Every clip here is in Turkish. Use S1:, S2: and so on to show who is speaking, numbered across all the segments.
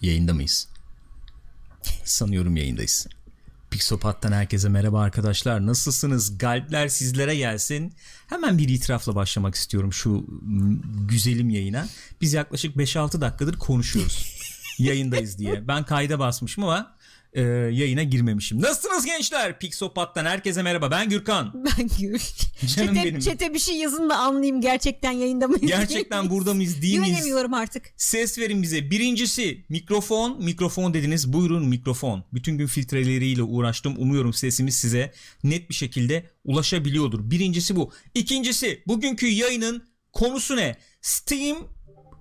S1: Yayında mıyız? Sanıyorum yayındayız. Pixopat'tan herkese merhaba arkadaşlar. Nasılsınız? Galpler sizlere gelsin. Hemen bir itirafla başlamak istiyorum şu m, güzelim yayına. Biz yaklaşık 5-6 dakikadır konuşuyoruz. yayındayız diye. Ben kayda basmışım ama e, yayına girmemişim. Nasılsınız gençler? Pixopat'tan herkese merhaba. Ben Gürkan.
S2: Ben gül.
S1: Canım benim.
S2: Çete, çete bir şey yazın da anlayayım gerçekten yayında mıyız?
S1: Gerçekten burada mıyız değil miyiz?
S2: Güvenemiyorum artık.
S1: Ses verin bize. Birincisi mikrofon. Mikrofon dediniz. Buyurun mikrofon. Bütün gün filtreleriyle uğraştım. Umuyorum sesimiz size net bir şekilde ulaşabiliyordur. Birincisi bu. İkincisi bugünkü yayının konusu ne? Steam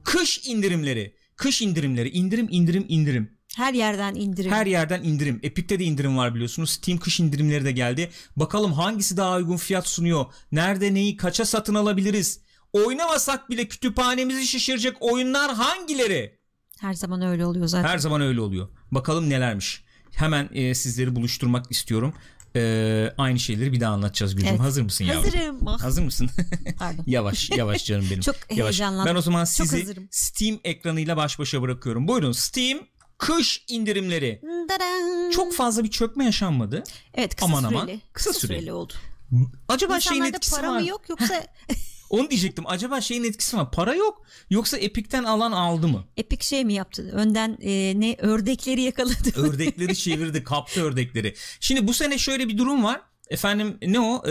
S1: kış indirimleri. Kış indirimleri. İndirim indirim indirim.
S2: Her yerden indirim.
S1: Her yerden indirim. Epic'te de indirim var biliyorsunuz. Steam kış indirimleri de geldi. Bakalım hangisi daha uygun fiyat sunuyor? Nerede neyi kaça satın alabiliriz? Oynamasak bile kütüphanemizi şişirecek oyunlar hangileri?
S2: Her zaman öyle oluyor zaten.
S1: Her zaman öyle oluyor. Bakalım nelermiş. Hemen e, sizleri buluşturmak istiyorum. E, aynı şeyleri bir daha anlatacağız Gülcüm.
S2: Evet.
S1: Hazır mısın yavrum?
S2: Hazırım. Ah,
S1: Hazır mısın?
S2: Pardon.
S1: yavaş yavaş canım benim.
S2: Çok
S1: yavaş.
S2: heyecanlandım.
S1: Ben o zaman
S2: Çok
S1: sizi
S2: hazırım.
S1: Steam ekranıyla baş başa bırakıyorum. Buyurun Steam kış indirimleri.
S2: Dadan.
S1: Çok fazla bir çökme yaşanmadı.
S2: Evet kısa
S1: Aman
S2: süreli.
S1: aman, kısa
S2: Kısa
S1: süreli.
S2: süreli oldu.
S1: Acaba şeyin
S2: İnsanlarda
S1: etkisi
S2: para
S1: var.
S2: mı yok yoksa
S1: Onu diyecektim. Acaba şeyin etkisi var. Para yok. Yoksa Epic'ten alan aldı mı?
S2: Epic şey mi yaptı? Önden e, ne ördekleri yakaladı.
S1: Ördekleri çevirdi. Kaptı ördekleri. Şimdi bu sene şöyle bir durum var. Efendim ne o? Ee,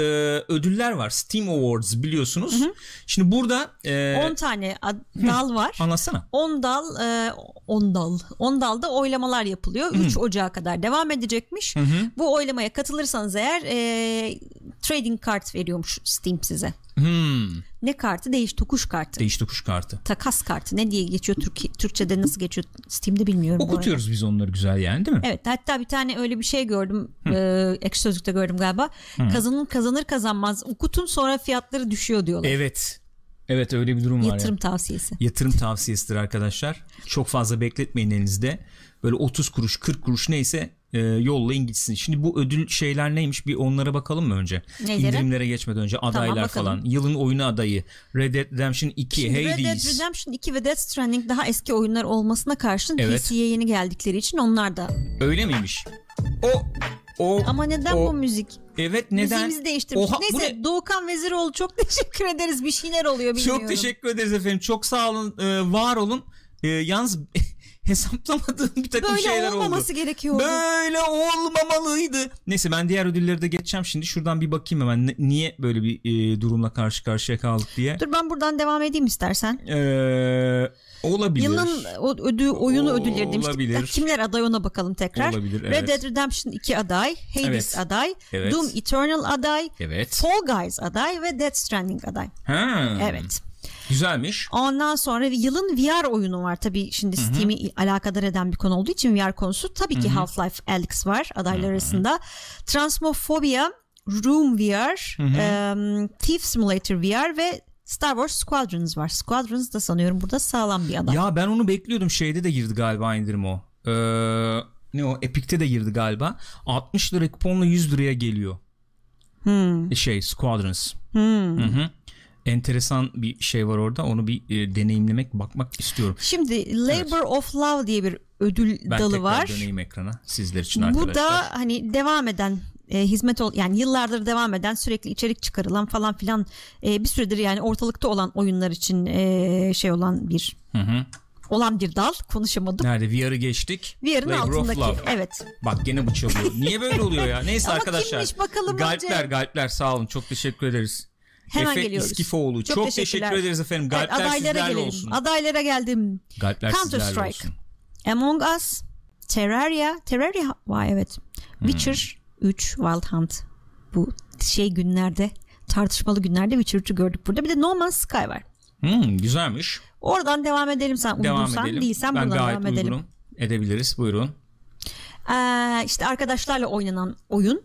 S1: ödüller var. Steam Awards biliyorsunuz. Şimdi burada e,
S2: 10 tane ad- dal var.
S1: anlatsana.
S2: 10 dal, e, 10 dal, 10 dalda oylamalar yapılıyor. 3 Ocağı kadar devam edecekmiş. Bu oylamaya katılırsanız eğer e, trading kart veriyormuş Steam size.
S1: Hmm.
S2: Ne kartı? Değiş tokuş kartı.
S1: Değiş tokuş kartı.
S2: Takas kartı ne diye geçiyor Türkiye, Türkçe'de nasıl geçiyor Steam'de bilmiyorum. bu arada.
S1: Okutuyoruz biz onları güzel yani değil mi?
S2: Evet hatta bir tane öyle bir şey gördüm. E, ekşi sözlükte gördüm galiba. Kazanır kazanır kazanmaz okutun sonra fiyatları düşüyor diyorlar.
S1: Evet. Evet öyle bir durum var.
S2: Yatırım
S1: yani.
S2: tavsiyesi.
S1: Yatırım tavsiyesidir arkadaşlar. Çok fazla bekletmeyin elinizde. Böyle 30 kuruş 40 kuruş neyse e, yollayın gitsin. Şimdi bu ödül şeyler neymiş bir onlara bakalım mı önce?
S2: Nelere?
S1: İndirimlere geçmeden önce adaylar
S2: bakalım.
S1: falan. Yılın oyunu adayı Red Dead Redemption 2,
S2: Şimdi Red Dead
S1: Hades.
S2: Redemption 2 ve Death Stranding daha eski oyunlar olmasına karşın
S1: Evet.
S2: PC'ye yeni geldikleri için onlar da.
S1: Öyle miymiş? O o
S2: Ama neden
S1: o-
S2: bu müzik?
S1: Evet neden?
S2: Müziğimizi değiştirmiş.
S1: Oha, bu
S2: Neyse
S1: ne?
S2: Doğukan Veziroğlu çok teşekkür ederiz. Bir şeyler oluyor bilmiyorum.
S1: Çok teşekkür ederiz efendim. Çok sağ olun, e, var olun. E, yalnız hesaplamadığım bir takım
S2: Böyle
S1: şeyler oldu.
S2: olmaması gerekiyordu.
S1: Böyle olmamalıydı. Neyse ben diğer ödülleri de geçeceğim şimdi. Şuradan bir bakayım hemen ne- niye böyle bir e, durumla karşı karşıya kaldık diye.
S2: Dur ben buradan devam edeyim istersen.
S1: Ee, olabilir.
S2: Yılın o- ödü, oyunu
S1: O-
S2: ödülleri demiştik.
S1: olabilir.
S2: Kimler aday ona bakalım tekrar.
S1: Olabilir, evet.
S2: Red Dead Redemption 2 aday, Hades
S1: Evet.
S2: aday,
S1: Evet.
S2: Doom Eternal aday,
S1: Evet.
S2: Fall Guys aday ve Death Stranding aday.
S1: Ha.
S2: Evet.
S1: Güzelmiş.
S2: Ondan sonra yılın VR oyunu var. Tabii şimdi Steam'i alakadar eden bir konu olduğu için VR konusu. Tabii ki Half-Life Alyx var adaylar arasında. Transmophobia, Room VR, em, Thief Simulator VR ve Star Wars Squadrons var. Squadrons da sanıyorum burada sağlam bir aday.
S1: Ya ben onu bekliyordum. Şeyde de girdi galiba indirim o. Ee, ne o? Epic'te de girdi galiba. 60 lira kuponla 100 liraya geliyor.
S2: Hmm.
S1: Şey Squadrons.
S2: Hmm.
S1: Hı hı. Enteresan bir şey var orada. Onu bir e, deneyimlemek, bakmak istiyorum.
S2: Şimdi Labor of Love diye bir ödül
S1: Ben
S2: dalı
S1: tekrar
S2: var.
S1: döneyim ekrana sizler için
S2: Bu
S1: arkadaşlar.
S2: da hani devam eden e, hizmet ol yani yıllardır devam eden sürekli içerik çıkarılan falan filan e, bir süredir yani ortalıkta olan oyunlar için e, şey olan bir
S1: Hı hı.
S2: olan bir dal konuşamadım.
S1: Nerede? VR'ı geçtik.
S2: VR'ın
S1: Labor of
S2: altındaki
S1: Love.
S2: evet.
S1: Bak gene bu çalıyor. Niye böyle oluyor ya? Neyse
S2: Ama
S1: arkadaşlar.
S2: kimmiş bakalım önce?
S1: Galpler galpler sağ olun. Çok teşekkür ederiz.
S2: Hemen
S1: Efe
S2: geliyoruz.
S1: İskifoğlu. Çok,
S2: Çok
S1: teşekkür
S2: teşekkürler.
S1: ederiz efendim.
S2: Evet,
S1: Galpler
S2: adaylara
S1: sizlerle
S2: gelelim.
S1: olsun.
S2: Adaylara geldim.
S1: galpler
S2: Counter
S1: sizlerle
S2: Strike.
S1: olsun.
S2: Among Us, Terraria, Terraria vay evet.
S1: Hmm.
S2: Witcher 3 Wild Hunt. Bu şey günlerde tartışmalı günlerde Witcher 3'ü gördük burada. Bir de No Man's Sky var.
S1: Hmm, güzelmiş.
S2: Oradan devam edelim sen
S1: Devam
S2: uygunsan
S1: edelim.
S2: değilsen
S1: ben
S2: buradan
S1: gayet
S2: devam edelim.
S1: uygunum. Edebiliriz. Buyurun.
S2: Ee, işte arkadaşlarla oynanan oyun.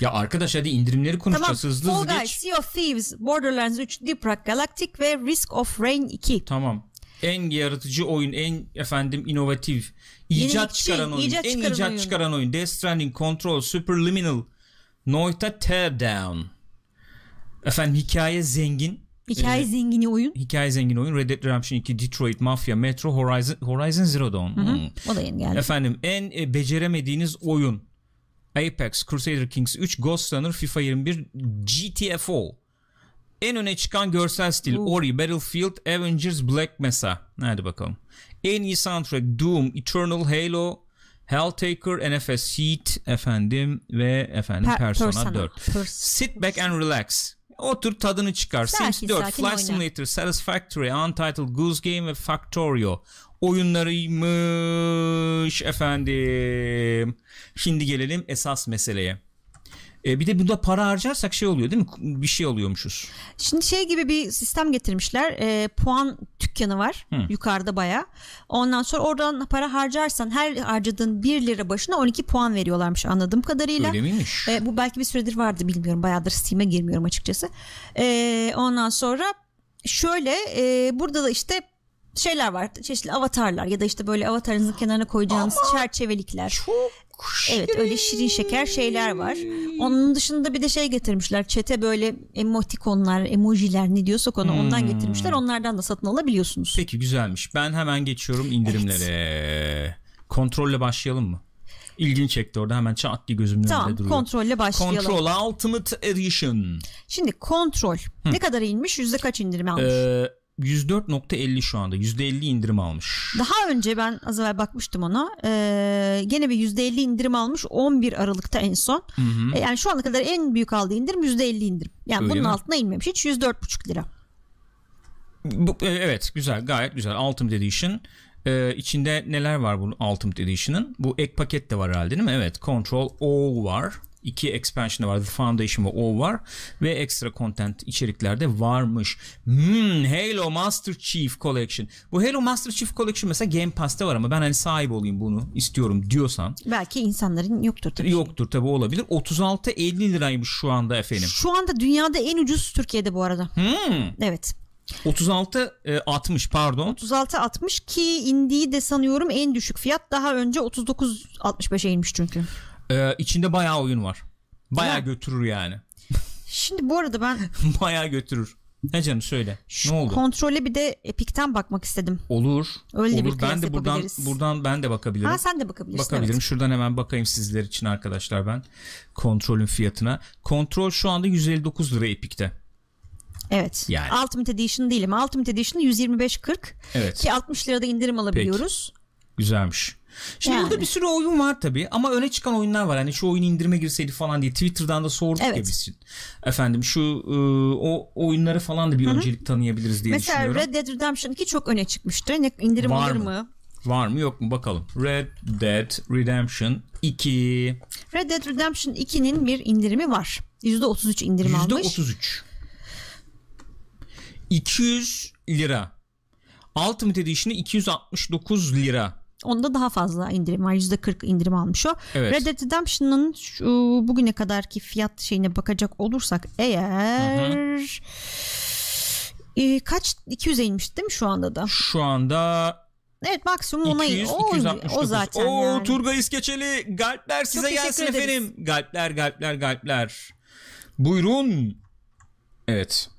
S1: Ya arkadaş hadi indirimleri
S2: Tamam.
S1: konuşacağız. Hızlı
S2: Fall
S1: hızlı
S2: Guys,
S1: geç.
S2: Sea of Thieves, Borderlands 3, Deep Rock Galactic ve Risk of Rain 2.
S1: Tamam. En yaratıcı oyun, en efendim inovatif, icat
S2: Yenilikçi,
S1: çıkaran oyun,
S2: şey, icat
S1: en
S2: çıkaran
S1: icat
S2: oyun.
S1: çıkaran oyun. Death Stranding, Control, Superliminal, Noita Teardown. Efendim hikaye zengin,
S2: Hikaye zengini oyun.
S1: Hikaye zengin oyun Red Dead Redemption 2, Detroit, Mafia, Metro, Horizon, Horizon Zero Dawn. Hmm.
S2: O da yeni geldi.
S1: Efendim en e, beceremediğiniz oyun Apex, Crusader Kings 3, Ghost Runner, FIFA 21, GTFO. En öne çıkan görsel stil
S2: Oo.
S1: Ori, Battlefield, Avengers, Black Mesa. Hadi bakalım. En iyi soundtrack Doom, Eternal, Halo, Helltaker, NFS Heat efendim ve efendim
S2: Per-
S1: Persona, 4.
S2: Pers-
S1: Sit back and relax. Otur tadını çıkar.
S2: Sakin
S1: Sims 4,
S2: sakin
S1: Flight
S2: oyna.
S1: Simulator, Satisfactory, Untitled Goose Game ve Factorio oyunlarıymış efendim. Şimdi gelelim esas meseleye. E bir de bunda para harcarsak şey oluyor değil mi? Bir şey alıyormuşuz.
S2: Şimdi şey gibi bir sistem getirmişler. Ee, puan dükkanı var yukarıda baya. Ondan sonra oradan para harcarsan her harcadığın 1 lira başına 12 puan veriyorlarmış anladığım kadarıyla.
S1: Öyle miymiş?
S2: Ee, bu belki bir süredir vardı bilmiyorum. Bayağıdır Steam'e girmiyorum açıkçası. Ee, ondan sonra şöyle e, burada da işte şeyler var. Çeşitli avatarlar ya da işte böyle avatarınızın kenarına koyacağınız çerçevelikler.
S1: Çok
S2: Evet öyle şirin şeker şeyler var. Onun dışında bir de şey getirmişler. Çete böyle emotikonlar, emojiler ne diyorsak ona
S1: Hmm.
S2: ondan getirmişler. Onlardan da satın alabiliyorsunuz.
S1: Peki güzelmiş. Ben hemen geçiyorum indirimlere. Kontrolle başlayalım mı? İlgini çekti orada hemen çat diye gözümün
S2: Tamam
S1: önünde duruyor.
S2: kontrolle başlayalım.
S1: Control Ultimate Edition.
S2: Şimdi kontrol ne kadar inmiş yüzde kaç indirim almış?
S1: Ee, 104.50 şu anda. %50 indirim almış.
S2: Daha önce ben az evvel bakmıştım ona. Ee, gene bir %50 indirim almış 11 Aralık'ta en son. Ee, yani şu ana kadar en büyük aldığı indirim %50 indirim. Yani
S1: Öyle
S2: bunun
S1: mi?
S2: altına inmemiş hiç 104,5 lira.
S1: Bu, e, evet güzel gayet güzel. Ultimate Edition. Ee, içinde neler var bunun Ultimate Edition'ın? Bu ek paket de var herhalde değil mi? Evet. Control O var. İki expansion var. The Foundation ve O var. Ve ekstra content içeriklerde varmış. Hmm, Halo Master Chief Collection. Bu Halo Master Chief Collection mesela Game Pass'te var ama ben hani sahip olayım bunu istiyorum diyorsan.
S2: Belki insanların yoktur tabii.
S1: Yoktur tabi olabilir. 36-50 liraymış şu anda efendim.
S2: Şu anda dünyada en ucuz Türkiye'de bu arada.
S1: Hmm.
S2: Evet.
S1: 36 e, 60 pardon.
S2: 36.60 ki indiği de sanıyorum en düşük fiyat. Daha önce 39.65'e inmiş çünkü.
S1: E, içinde bayağı oyun var. Bayağı
S2: Ya.
S1: götürür yani.
S2: Şimdi bu arada ben
S1: bayağı götürür. Ne canım söyle.
S2: şu
S1: ne oldu?
S2: kontrole bir de Epic'ten bakmak istedim.
S1: olur.
S2: Öyle bir
S1: olur.
S2: kıyas
S1: Ben de buradan
S2: yapabiliriz.
S1: buradan ben de bakabilirim.
S2: Ha sen de bakabilirsin.
S1: Bakabilirim.
S2: evet.
S1: Şuradan hemen bakayım sizler için arkadaşlar ben. Kontrolün fiyatına. Kontrol şu anda 159 lira Epic'te.
S2: Evet.
S1: Yani.
S2: Ultimate Edition değilim. Ultimate Edition 125.40
S1: Evet.
S2: ki 60 lirada indirim alabiliyoruz.
S1: Güzelmiş. Şimdi
S2: Yani.
S1: burada bir sürü oyun var tabii ama öne çıkan oyunlar var. Hani şu oyun indirime girseydi falan diye Twitter'dan da sorduk
S2: Evet.
S1: ya biz. şimdi. Efendim şu e, o oyunları falan da bir öncelik tanıyabiliriz diye
S2: Mesela
S1: düşünüyorum.
S2: Red Dead Redemption 2 çok öne çıkmıştı. Ne, indirim
S1: Var
S2: alır
S1: mı?
S2: mı?
S1: Var mı yok mu bakalım. Red Dead Redemption 2
S2: Red Dead Redemption 2'nin bir indirimi var. %33 indirim almış.
S1: %33. 200 lira. Ultimate Edition'ı 269 lira.
S2: Onda daha fazla indirim var. %40 indirim almış o.
S1: Evet.
S2: Red Dead Redemption'ın şu bugüne kadarki fiyat şeyine bakacak olursak eğer e, kaç 200'e inmiş değil mi şu anda da?
S1: Şu anda
S2: Evet maksimum ona
S1: 200,
S2: o,
S1: 269.
S2: o zaten
S1: Oo,
S2: yani.
S1: Turgay İskeçeli galpler size
S2: teşekkür
S1: gelsin
S2: ederiz.
S1: efendim. Galpler galpler galpler. Buyurun. Evet.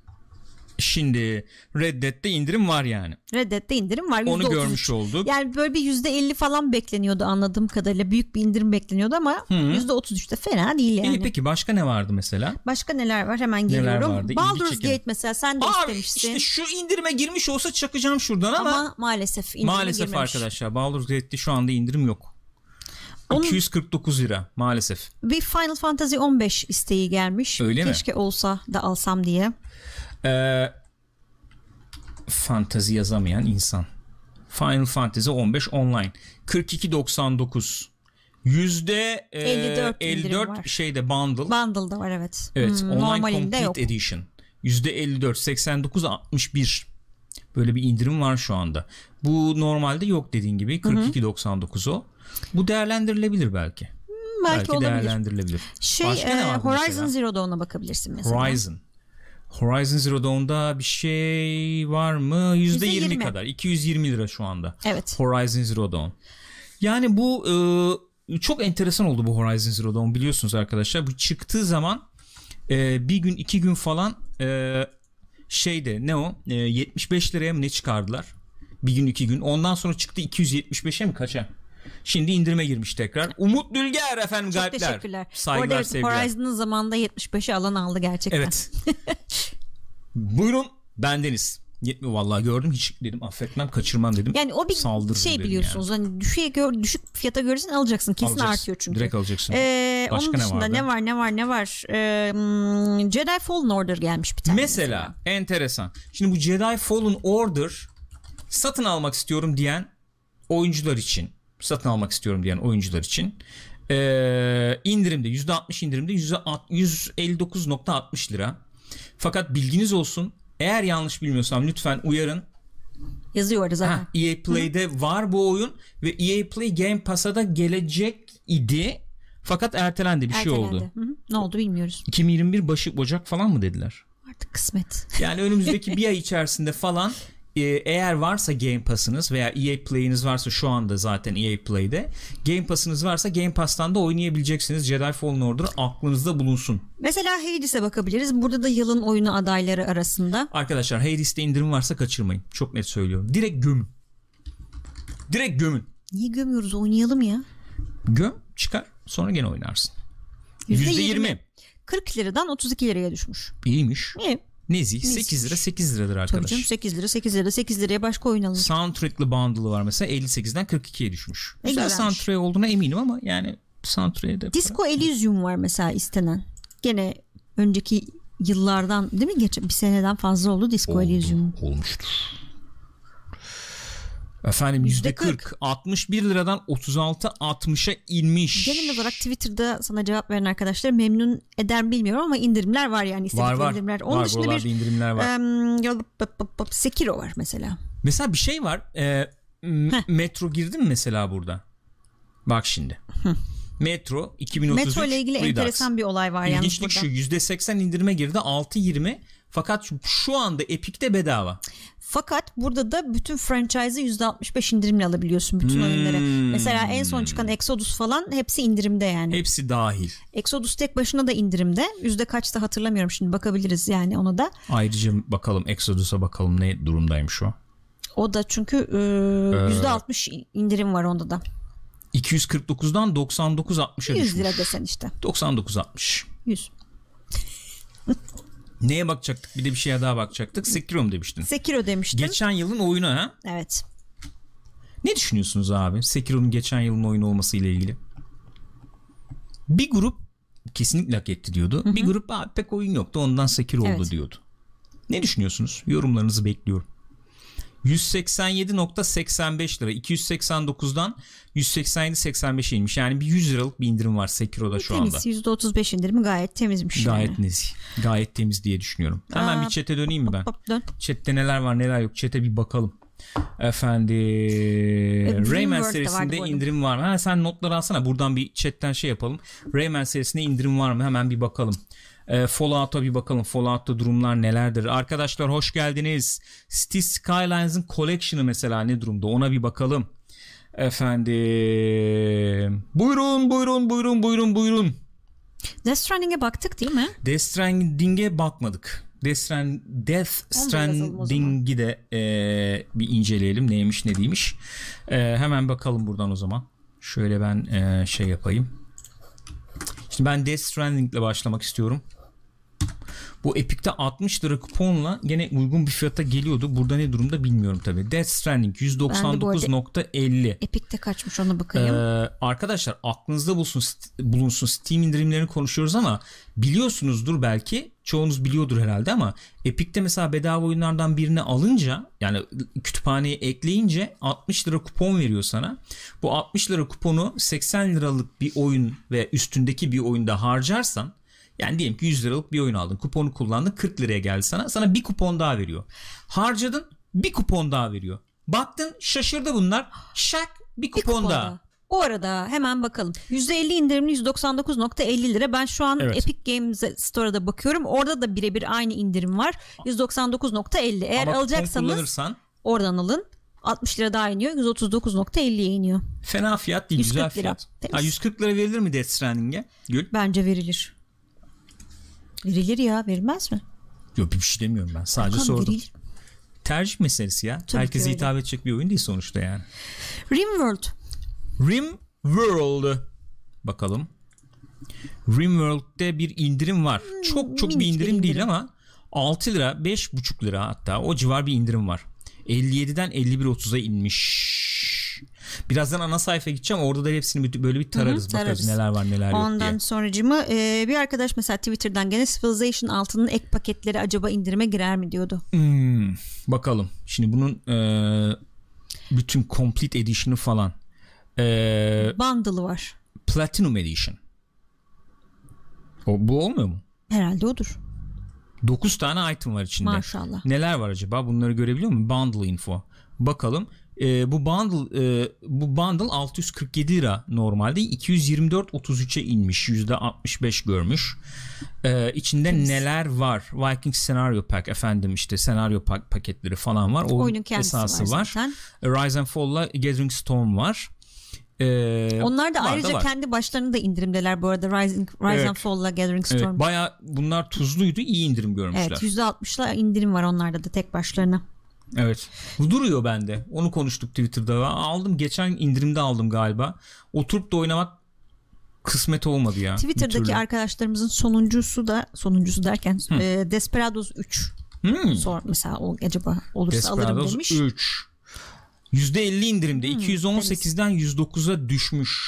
S1: Şimdi Red Dead'de indirim var yani.
S2: Red Dead'de indirim var.
S1: Onu
S2: %33.
S1: görmüş olduk.
S2: Yani böyle bir %50 falan bekleniyordu anladığım kadarıyla. Büyük bir indirim bekleniyordu ama %33 de fena değil yani.
S1: İyi peki başka ne vardı mesela?
S2: Başka neler var hemen geliyorum.
S1: vardı? İlgi
S2: Baldur's
S1: çeken.
S2: Gate mesela sen de
S1: Abi
S2: istemiştin.
S1: işte şu indirime girmiş olsa çakacağım şuradan ama,
S2: ama, maalesef indirime
S1: maalesef
S2: girmemiş.
S1: arkadaşlar Baldur's Gate'de şu anda indirim yok.
S2: Onun-
S1: 249 lira maalesef.
S2: Bir Final Fantasy 15 isteği gelmiş.
S1: Öyle mi?
S2: Keşke olsa da alsam diye.
S1: Ee, fantazi yazamayan insan. Final Fantasy 15 online. 42.99. Yüzde e,
S2: 54 indirim
S1: 54
S2: var.
S1: şeyde bundle.
S2: Bundle'da var evet.
S1: evet
S2: Hmm,
S1: online
S2: normalinde
S1: complete
S2: yok.
S1: edition. Yüzde 54 89 61. Böyle bir indirim var şu anda. Bu normalde yok dediğin gibi 42.99 o. Bu değerlendirilebilir belki.
S2: Belki,
S1: Belki,
S2: olabilir.
S1: değerlendirilebilir.
S2: Şey
S1: Başka ne
S2: e,
S1: vardı
S2: Horizon
S1: mesela?
S2: Zero Dawn'a bakabilirsin mesela.
S1: Horizon. Horizon Zero Dawn'da bir şey var mı? %20,
S2: %20.
S1: kadar. 220 lira şu anda.
S2: Evet.
S1: Horizon Zero Dawn. Yani bu e, çok enteresan oldu bu Horizon Zero Dawn biliyorsunuz arkadaşlar. Bu çıktığı zaman e, bir gün iki gün falan e, şeyde ne o e, 75 liraya mı ne çıkardılar? Bir gün iki gün. Ondan sonra çıktı 275'e mi kaça? Şimdi indirime girmiş tekrar. Umut Dülger efendim
S2: Çok
S1: galipler.
S2: teşekkürler. Bu
S1: Saygılar
S2: arada evet,
S1: sevgiler.
S2: Horizon'ın zamanında 75'i alan aldı gerçekten.
S1: Evet. Buyurun bendeniz. Yetmiyor vallahi gördüm hiç dedim affetmem kaçırmam dedim.
S2: Yani o bir
S1: Saldırırım
S2: şey
S1: dedim
S2: biliyorsunuz hani düşüğe gör, düşük fiyata görürsen alacaksın kesin
S1: Alacaksın.
S2: artıyor çünkü.
S1: Direkt alacaksın.
S2: Ee,
S1: Başka
S2: onun
S1: ne
S2: dışında
S1: vardı?
S2: ne var ne var ne var Ee, hmm, Jedi Fallen Order gelmiş bir tane.
S1: Mesela enteresan. Şimdi bu Jedi Fallen Order satın almak istiyorum diyen oyuncular için satın almak istiyorum diyen oyuncular için ee, indirimde %60 indirimde %159.60 lira. Fakat bilginiz olsun eğer yanlış bilmiyorsam lütfen uyarın.
S2: Yazıyor orada zaten.
S1: Ha, EA Play'de var bu oyun ve EA Play Game Pass'a da gelecek idi. Fakat ertelendi bir şey
S2: Ertelendi.
S1: oldu.
S2: Hı hı. Ne oldu bilmiyoruz.
S1: 2021 başı Ocak falan mı dediler?
S2: Artık kısmet.
S1: Yani önümüzdeki bir ay içerisinde falan e, eğer varsa Game Pass'ınız veya EA Play'iniz varsa şu anda zaten EA Play'de Game Pass'ınız varsa Game Pass'tan da oynayabileceksiniz. Jedi Fallen Order aklınızda bulunsun.
S2: Mesela Hades'e bakabiliriz. Burada da yılın oyunu adayları arasında.
S1: Arkadaşlar Hades'te indirim varsa kaçırmayın. Çok net söylüyorum. Direkt gömün. Direkt gömün.
S2: Niye gömüyoruz oynayalım ya.
S1: Göm çıkar sonra gene oynarsın. %20.
S2: 40 liradan 32 liraya düşmüş.
S1: İyiymiş.
S2: İyi.
S1: Nezih
S2: Nezih.
S1: 8 lira 8 liradır
S2: Tabii canım
S1: arkadaş.
S2: 8 lira 8 lira 8 liraya başka oyun alın.
S1: Soundtrack'lı bundle'ı var mesela 58'den 42'ye düşmüş.
S2: Ne
S1: Güzel
S2: güzelmiş.
S1: soundtrack olduğuna eminim ama yani soundtrack'e de
S2: Disco Elysium var mesela istenen. Gene önceki yıllardan değil mi? Geçen bir seneden fazla oldu Disco Elysium.
S1: olmuştur. Efendim
S2: Yüzde
S1: yüzde 40. 61 liradan 36 60'a inmiş.
S2: Genel olarak Twitter'da sana cevap veren arkadaşlar memnun eder mi bilmiyorum ama indirimler var yani
S1: var
S2: istedikleri
S1: var.
S2: indirimler. Onun
S1: var
S2: dışında
S1: buralarda
S2: bir e,
S1: indirimler var.
S2: em, yol- pop- pop- pop- Sekiro var mesela.
S1: mesela bir şey var. E, m-
S2: Heh.
S1: metro girdin mi mesela burada? Bak şimdi. metro 2033
S2: Metro ile ilgili
S1: Redux.
S2: enteresan bir olay var yalnız
S1: İlginçlik
S2: burada.
S1: şu %80 indirime girdi 6.20 fakat şu- şu anda Epic'te bedava.
S2: Fakat burada da bütün franchise'ı %65 indirimle alabiliyorsun bütün oyunları.
S1: Hmm.
S2: Mesela en son çıkan Exodus falan hepsi indirimde yani.
S1: Hepsi dahil.
S2: Exodus tek başına da indirimde. Yüzde kaçta hatırlamıyorum şimdi bakabiliriz yani ona da.
S1: Ayrıca bakalım Exodus'a bakalım ne durumdaymış o.
S2: O da çünkü e,
S1: Ee,
S2: yüzde altmış indirim var onda da.
S1: 249'dan 99.60'a
S2: 100 lira
S1: düşmüş.
S2: desen işte.
S1: 99.60.
S2: 100.
S1: Neye bakacaktık? Bir de bir şeye daha bakacaktık. Sekiro mu demiştin?
S2: Sekiro demiştim.
S1: Geçen yılın oyunu ha?
S2: evet.
S1: Ne düşünüyorsunuz abi? Sekiro'nun geçen yılın oyunu olması ile ilgili. Bir grup kesinlikle hak etti diyordu. Bir grup "Aa, pek oyun yoktu ondan Sekiro oldu
S2: Evet.
S1: diyordu. Ne düşünüyorsunuz? Yorumlarınızı bekliyorum. 187.85 lira 289'dan 187.85'e inmiş. Yani bir 100 liralık bir indirim var Sekiro'da şu anda.
S2: Temiz yüzde otuz beş indirimi gayet temizmiş.
S1: Gayet
S2: yani.
S1: nezih. Gayet temiz diye düşünüyorum. Hemen
S2: Aa,
S1: bir çete döneyim mi ben?
S2: Hop dön.
S1: Chat'te neler var neler yok. Chat'e bir bakalım. Efendim Rayman
S2: Dreamworld'da E, vardı
S1: serisinde
S2: bu arada.
S1: indirim var mı? Ha, sen notları alsana buradan bir chatten şey yapalım. Rayman serisinde indirim var mı? Hemen bir bakalım. Ee, Fallout'a bir bakalım. Fallout'ta durumlar nelerdir? Arkadaşlar hoş geldiniz. City Skylines'ın collection'ı mesela ne durumda? Ona bir bakalım. Efendim buyurun buyurun buyurun buyurun buyurun.
S2: Death Stranding'e baktık değil mi?
S1: Death Stranding'e bakmadık. Death, Strand- Death
S2: Onu da yazalım o
S1: Stranding'i de e, bir inceleyelim. Neymiş ne değilmiş. E, hemen bakalım buradan o zaman. Şöyle ben e, şey yapayım. Şimdi ben Death Stranding'le başlamak istiyorum. Bu Epic'te 60 lira kuponla gene uygun bir fiyata geliyordu. Burada ne durumda bilmiyorum tabii. Death Stranding 199.50.
S2: Epic'te kaçmış ona bakayım.
S1: Ee, arkadaşlar aklınızda bulsun, bulunsun Steam indirimlerini konuşuyoruz ama biliyorsunuzdur belki çoğunuz biliyordur herhalde ama Epic'te mesela bedava oyunlardan birini alınca yani kütüphaneye ekleyince 60 lira kupon veriyor sana. Bu 60 lira kuponu 80 liralık bir oyun ve üstündeki bir oyunda harcarsan yani diyelim ki 100 liralık bir oyun aldın. Kuponu kullandın 40 liraya geldi sana. Sana bir kupon daha veriyor. Harcadın bir kupon daha veriyor. Baktın şaşırdı bunlar. Şak bir
S2: Bir
S1: kupon, daha.
S2: O arada hemen bakalım. %50 indirimli 199.50 lira. Ben şu an
S1: Evet.
S2: Epic Games Store'da bakıyorum. Orada da birebir aynı indirim var. 199.50. Eğer
S1: Ama kupon
S2: alacaksanız
S1: kullanırsan
S2: oradan alın. 60 lira daha iniyor. 139.50'ye iniyor.
S1: fena fiyat değil
S2: 140
S1: güzel
S2: lira.
S1: fiyat.
S2: Temiz.
S1: Ha, 140 lira verilir mi Death Stranding'e? Gül.
S2: Bence verilir. Verilir ya verilmez mi?
S1: Yok bir şey demiyorum ben. Sadece
S2: Hakan
S1: sordum.
S2: Viril.
S1: Tercih meselesi ya.
S2: ki
S1: Herkese
S2: öyle.
S1: hitap edecek bir oyun değil sonuçta yani.
S2: Rimworld.
S1: Rim World. Bakalım. Rimworld'de bir indirim var. Çok çok bir
S2: Hmm, minik bir
S1: indirim, değil
S2: indirim.
S1: ama 6 lira 5,5 lira hatta o civar bir indirim var. 57'den 51.30'a inmiş. Birazdan ana sayfaya gideceğim. Orada da hepsini bir- böyle bir tararız.
S2: tararız.
S1: Bakarız neler var neler yok
S2: Ondan
S1: diye.
S2: sonracığıma e, bir arkadaş mesela Twitter'dan gene Civilization 6'nın ek paketleri acaba indirime girer mi diyordu.
S1: Hmm, bakalım. Şimdi bunun eee, bütün complete edition'ı falan. Eee,
S2: Bundle'ı var.
S1: platinum edition. O, bu olmuyor mu?
S2: Herhalde odur.
S1: 9 tane item var içinde.
S2: Maşallah.
S1: Neler var acaba? Bunları görebiliyor muyum? Bundle info. Bakalım. Ee, bu bundle e, bu bundle 647 lira normalde 224.33'e inmiş. %65 görmüş. Ee, içinde neler var? Viking Scenario Pack efendim işte senaryo pak- paketleri falan var. O
S2: Oyunun kendisi
S1: esası
S2: var
S1: var.
S2: zaten.
S1: Rise and Fall'la Gathering Storm var. Ee,
S2: Onlar da
S1: var
S2: ayrıca
S1: var.
S2: kendi başlarını da indirimdeler bu arada Rising, Rise
S1: Evet.
S2: and Fall'la Gathering
S1: Evet,
S2: Storm.
S1: bayağı bunlar tuzluydu. iyi indirim görmüşler.
S2: Evet, %60'la indirim var onlarda da tek başlarına.
S1: Evet. Bu duruyor bende. Onu konuştuk Twitter'da. Ben Aldım geçen indirimde aldım galiba. Oturup da oynamak kısmet olmadı ya. bir
S2: Twitter'daki
S1: türlü.
S2: arkadaşlarımızın sonuncusu da sonuncusu derken e, Desperados 3
S1: Hmm.
S2: sor mesela o, acaba olursa alırım
S1: Desperados
S2: demiş. Hmm,
S1: 3. %50 indirimde 218'den 109'a düşmüş.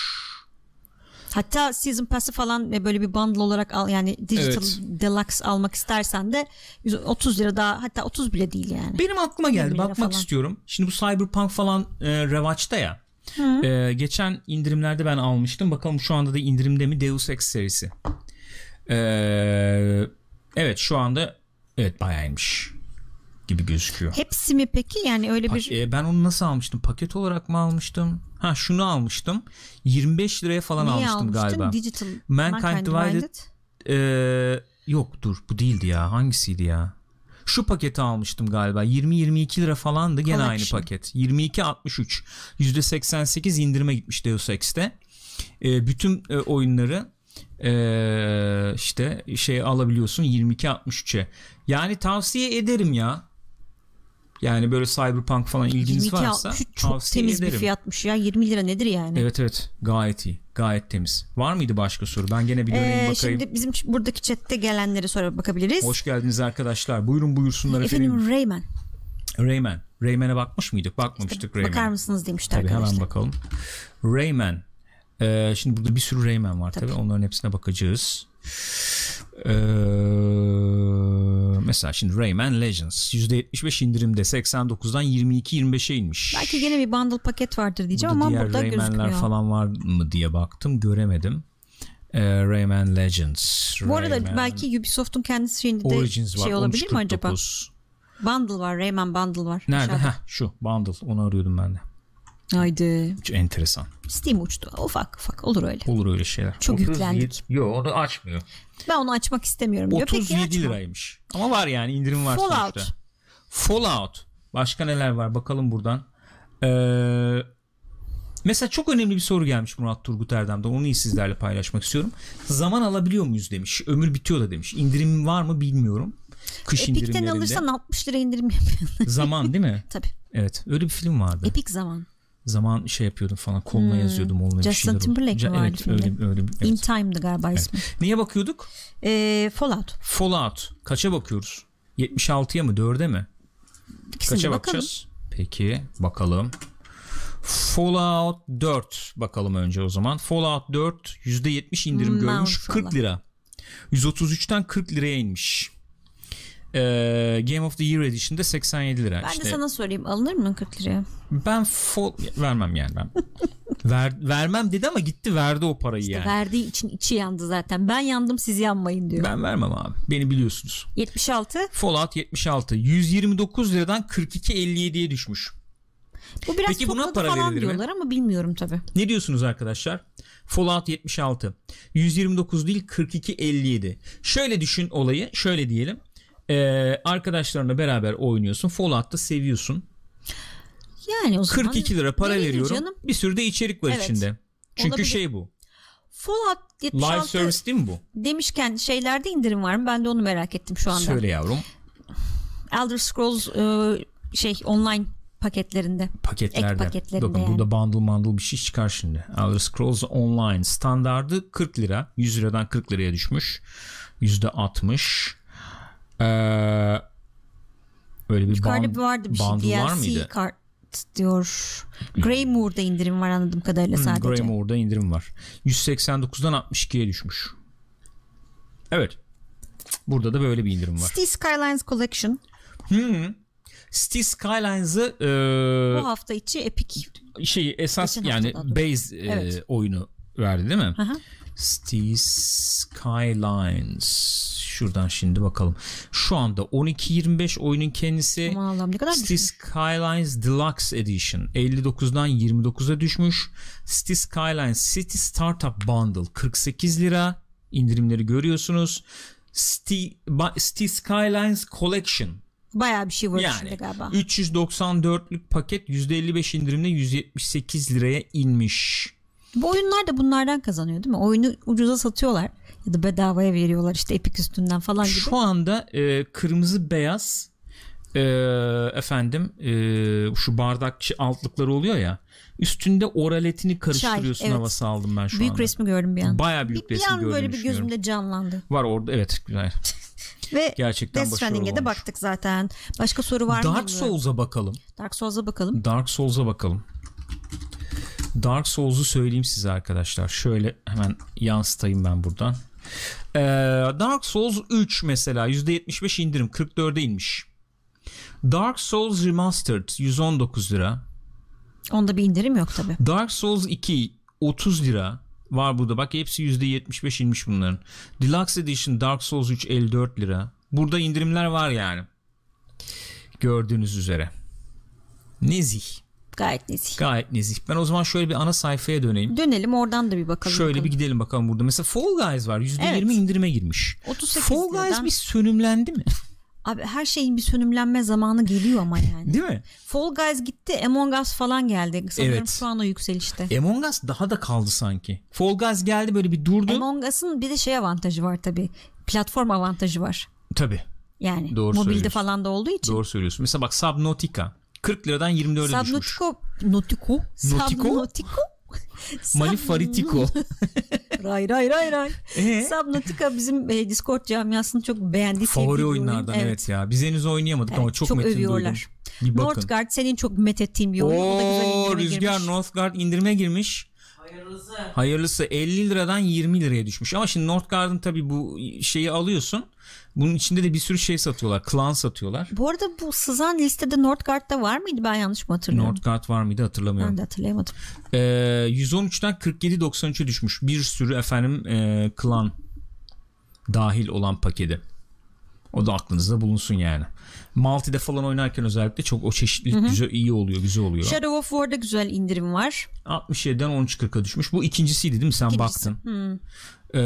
S2: Hatta Season Pass'ı falan ve böyle bir bundle olarak al yani Digital
S1: Evet.
S2: Deluxe almak istersen de 130 lira daha hatta 30 bile değil yani.
S1: Benim aklıma geldi
S2: 20 lira
S1: bakmak
S2: falan.
S1: istiyorum. Şimdi bu Cyberpunk falan e, revaçta ya. E, geçen indirimlerde ben almıştım. Bakalım şu anda da indirimde mi Deus Ex serisi. E, evet şu anda evet bayağı inmiş gibi gözüküyor.
S2: Hepsi mi peki? Yani öyle bir
S1: Pak- e, ben onu nasıl almıştım? Paket olarak mı almıştım? Ha şunu almıştım. 25 liraya falan
S2: niye
S1: almıştım
S2: almıştın?
S1: galiba.
S2: Digital
S1: Mankind Divided. Ee, yok dur bu değildi ya. Hangisiydi ya? Şu paketi almıştım galiba. 20-22 lira falandı gene aynı
S2: Collection.
S1: paket. 22-63. %88 indirime gitmiş Deus Ex'te. Ee, bütün e, oyunları e, işte şey alabiliyorsun 22-63'e. Yani tavsiye ederim ya. Yani böyle Cyberpunk falan ilginiz
S2: 22
S1: varsa
S2: 63 çok
S1: tavsiye
S2: temiz
S1: ederim.
S2: bir fiyatmış ya. 20 lira nedir yani?
S1: Evet evet gayet iyi. Gayet temiz. Var mıydı başka soru? Ben gene bir döneyim
S2: Ee,
S1: bakayım.
S2: şimdi bizim ç- buradaki chatte gelenlere sonra bakabiliriz.
S1: Hoş geldiniz arkadaşlar. Buyurun buyursunlar efendim.
S2: Efendim Rayman.
S1: Rayman. Rayman'e bakmış mıydık? Bakmamıştık Rayman'e.
S2: Bakar mısınız demişti
S1: Tabii
S2: arkadaşlar.
S1: hemen bakalım. Rayman. Ee, şimdi burada bir sürü Rayman var tabii. Onların hepsine bakacağız. Ee, mesela şimdi Rayman Legends %75 indirimde 89'dan 22-25'e inmiş.
S2: Belki gene bir bundle paket vardır diyeceğim
S1: Burada
S2: ama
S1: diğer
S2: burada
S1: Rayman'ler
S2: gözükmüyor.
S1: falan var mı diye baktım göremedim. Ee, Rayman Legends.
S2: Bu arada
S1: Rayman
S2: belki Ubisoft'un kendisi şeyinde de
S1: Origins var.
S2: şey olabilir mi acaba?
S1: 13.49.
S2: Bundle var. Rayman Bundle var.
S1: Nerede?
S2: Aşağıda.
S1: Heh, şu bundle onu arıyordum ben de.
S2: Haydi.
S1: Çok enteresan.
S2: Steam uçtu. Ufak ufak olur öyle.
S1: Olur öyle şeyler.
S2: Çok yüklendik.
S1: Yok onu açmıyor.
S2: Ben onu açmak istemiyorum diyor. Peki
S1: 37
S2: açma.
S1: liraymış. Ama var yani indirim var
S2: Fallout.
S1: sonuçta. Fallout. Başka neler var bakalım buradan. Ee, mesela çok önemli bir soru gelmiş Murat Turgut Erdem'den. Onu iyi sizlerle paylaşmak istiyorum. Zaman alabiliyor muyuz demiş. Ömür bitiyor da demiş. İndirim var mı bilmiyorum. Kış
S2: Epic'ten
S1: indirimlerinde.
S2: alırsan 60 lira indirim yapıyor.
S1: Zaman değil mi?
S2: Tabii.
S1: Evet. Öyle bir film vardı.
S2: Epic zaman.
S1: zaman şey yapıyordum falan koluna yazıyordum onunla bir
S2: Hmm. Justin
S1: şeyler oldu.
S2: Timberlake
S1: Ca-
S2: mi vardı
S1: evet,
S2: filmde?
S1: öyle, öyle, bir-
S2: In
S1: evet.
S2: Time'dı galiba ismi.
S1: Neye bakıyorduk?
S2: Ee, Fallout.
S1: Fallout. Kaça bakıyoruz? 76'ya mı 4'e mi?
S2: İkisine
S1: Kaça
S2: de bakalım.
S1: bakacağız? Peki bakalım. Fallout 4 bakalım önce o zaman. Fallout 4 %70 indirim
S2: Hmm,
S1: görmüş.
S2: maşallah.
S1: 40 lira. 133'ten 40 liraya inmiş. Ee, Game of the Year Edition'da 87 lira.
S2: Ben
S1: İşte-
S2: de sana sorayım. Alınır mı 40 liraya?
S1: Ben fol vermem yani ben. Ver, vermem dedi ama gitti verdi o parayı yani.
S2: Verdiği için içi yandı zaten. Ben yandım siz yanmayın diyor.
S1: Ben vermem abi. Beni biliyorsunuz.
S2: 76.
S1: Fallout 76 129 liradan 42.57'ye düşmüş.
S2: Bu biraz
S1: Peki buna
S2: topladı
S1: para
S2: falan
S1: verilir mi?
S2: diyorlar ama bilmiyorum tabii.
S1: Ne diyorsunuz arkadaşlar? Fallout 76 129 değil 42.57. Şöyle düşün olayı. Şöyle diyelim. Ee, arkadaşlarınla beraber oynuyorsun. Fallout'ta seviyorsun.
S2: Yani o zaman
S1: 42 lira para
S2: verilir
S1: veriyorum.
S2: canım.
S1: Bir sürü de içerik var
S2: Evet.
S1: içinde. Çünkü
S2: Olabilir.
S1: şey bu.
S2: Fallout
S1: Live
S2: 76
S1: service değil mi bu?
S2: demişken şeylerde indirim var mı? Ben de onu merak ettim şu anda.
S1: Söyle yavrum.
S2: Elder Scrolls e, şey online paketlerinde.
S1: paketlerde.
S2: Ek paketlerinde
S1: Bakın
S2: yani.
S1: burada bundle bundle bir şey çıkar şimdi. Elder Scrolls Online standardı 40 lira. 100 liradan 40 liraya düşmüş. %60. Ee, öyle bir
S2: Yukarıda
S1: bun-
S2: vardı bir şey.
S1: bundle
S2: DLC
S1: var mıydı?
S2: kart diyor. Greymoor'da indirim var anladığım kadarıyla
S1: Hmm,
S2: sadece.
S1: Greymoor'da indirim var. 189'dan 62'ye düşmüş. Evet. Burada da böyle bir indirim var.
S2: City Skylines Collection
S1: Hmm. City Skylines'ı e,
S2: bu hafta içi Epic.
S1: şey esas
S2: Geçen hafta
S1: yani
S2: daha doğrusu.
S1: base e,
S2: Evet.
S1: oyunu verdi değil mi?
S2: Aha.
S1: City Skylines. Şuradan şimdi bakalım. Şu anda 12.25 oyunun kendisi.
S2: Aman Allah'ım ne kadar
S1: City
S2: düşmüş.
S1: Skylines Deluxe Edition 59'dan 29'a düşmüş. City Skylines City Startup Bundle 48 lira. indirimleri görüyorsunuz. City, Ba- City Skylines Collection
S2: Bayağı bir şey var
S1: yani
S2: içinde galiba.
S1: 394'lük paket %55 indirimle 178 liraya inmiş.
S2: Bu oyunlar da bunlardan kazanıyor değil mi? Oyunu ucuza satıyorlar ya da bedavaya veriyorlar işte Epic üstünden falan gibi.
S1: Şu anda e, kırmızı beyaz e, efendim e, şu bardak şey, altlıkları oluyor ya üstünde oraletini karıştırıyorsun
S2: evet.
S1: havası aldım ben şu
S2: büyük
S1: anda.
S2: resmi gördüm bir an.
S1: Bayağı
S2: bir,
S1: büyük
S2: bir
S1: resmi
S2: an
S1: gördüğümü
S2: böyle bir
S1: düşünüyorum.
S2: gözümde canlandı.
S1: Var orada evet güzel.
S2: Ve
S1: Gerçekten
S2: Death
S1: başarılı
S2: Stranding'e
S1: olmuş.
S2: de baktık zaten. Başka soru var mı?
S1: Dark
S2: bilmiyorum.
S1: Souls'a bakalım.
S2: Dark Souls'a bakalım.
S1: Dark Souls'a bakalım. Dark Souls'u söyleyeyim size arkadaşlar. Şöyle hemen yansıtayım ben buradan. Ee, Dark Souls 3 mesela %75 indirim 44'e inmiş. Dark Souls Remastered 119 lira.
S2: Onda bir indirim yok tabi.
S1: Dark Souls 2 30 lira var burada. Bak hepsi %75 inmiş bunların. Deluxe Edition Dark Souls 3 54 lira. Burada indirimler var yani. Gördüğünüz üzere. Nezih.
S2: Gayet nezih.
S1: Gayet nezih. Ben o zaman şöyle bir ana sayfaya döneyim.
S2: Dönelim oradan da bir bakalım.
S1: Şöyle
S2: bakalım.
S1: bir gidelim bakalım burada. Mesela Fall Guys var. %20
S2: Evet.
S1: indirime girmiş.
S2: 38
S1: Fall Guys
S2: liradan-
S1: bir sönümlendi mi?
S2: Abi her şeyin bir sönümlenme zamanı geliyor ama yani.
S1: Değil mi?
S2: Fall Guys gitti Among Us falan geldi. Sanırım
S1: Evet. E,
S2: şu an o yükselişte.
S1: Among Us daha da kaldı sanki. Fall Guys geldi böyle bir durdu.
S2: Among Us'ın bir de şey avantajı var tabi. Platform avantajı var.
S1: Tabii.
S2: Yani
S1: Doğru
S2: mobilde
S1: söylüyorsun.
S2: falan da olduğu için.
S1: Doğru söylüyorsun. Mesela bak Subnautica. 40 liradan 24'e düşmüş.
S2: Subnautico. Nautico.
S1: Nautico?
S2: Subnautico.
S1: Malifaritico.
S2: Ray ray ray ray.
S1: Ee?
S2: Subnautica bizim e, Discord camiasının çok beğendiği sevdiği bir
S1: Favori
S2: oyun.
S1: oyunlardan evet. ya. Biz henüz oynayamadık ama
S2: Evet,
S1: çok,
S2: çok
S1: metin
S2: övüyorlar.
S1: duydum. Bir bakın.
S2: Northgard senin çok methettiğin bir oyun. E, o da güzel
S1: Oo,
S2: indirime
S1: Rüzgar
S2: girmiş.
S1: Northgard indirime girmiş. Hayırlısı. Hayırlısı 50 liradan 20 liraya düşmüş. Ama şimdi Northgard'ın tabii bu şeyi alıyorsun. Bunun içinde de bir sürü şey satıyorlar. Klan satıyorlar.
S2: Bu arada bu sızan listede Northgard'da var mıydı? Ben yanlış mı hatırlıyorum?
S1: Northgard var mıydı hatırlamıyorum.
S2: Ben de hatırlayamadım.
S1: Ee, 113'ten 47.93'e düşmüş. Bir sürü efendim e, klan dahil olan paketi. O da aklınızda bulunsun yani. Multi'de falan oynarken özellikle çok o çeşitlilik güzel iyi oluyor, güzel oluyor.
S2: Shadow of War'da güzel indirim var.
S1: 67'den 13.40'a düşmüş. Bu ikincisiydi değil mi? Sen
S2: İkincisi.
S1: baktın.
S2: Hmm.
S1: Ee,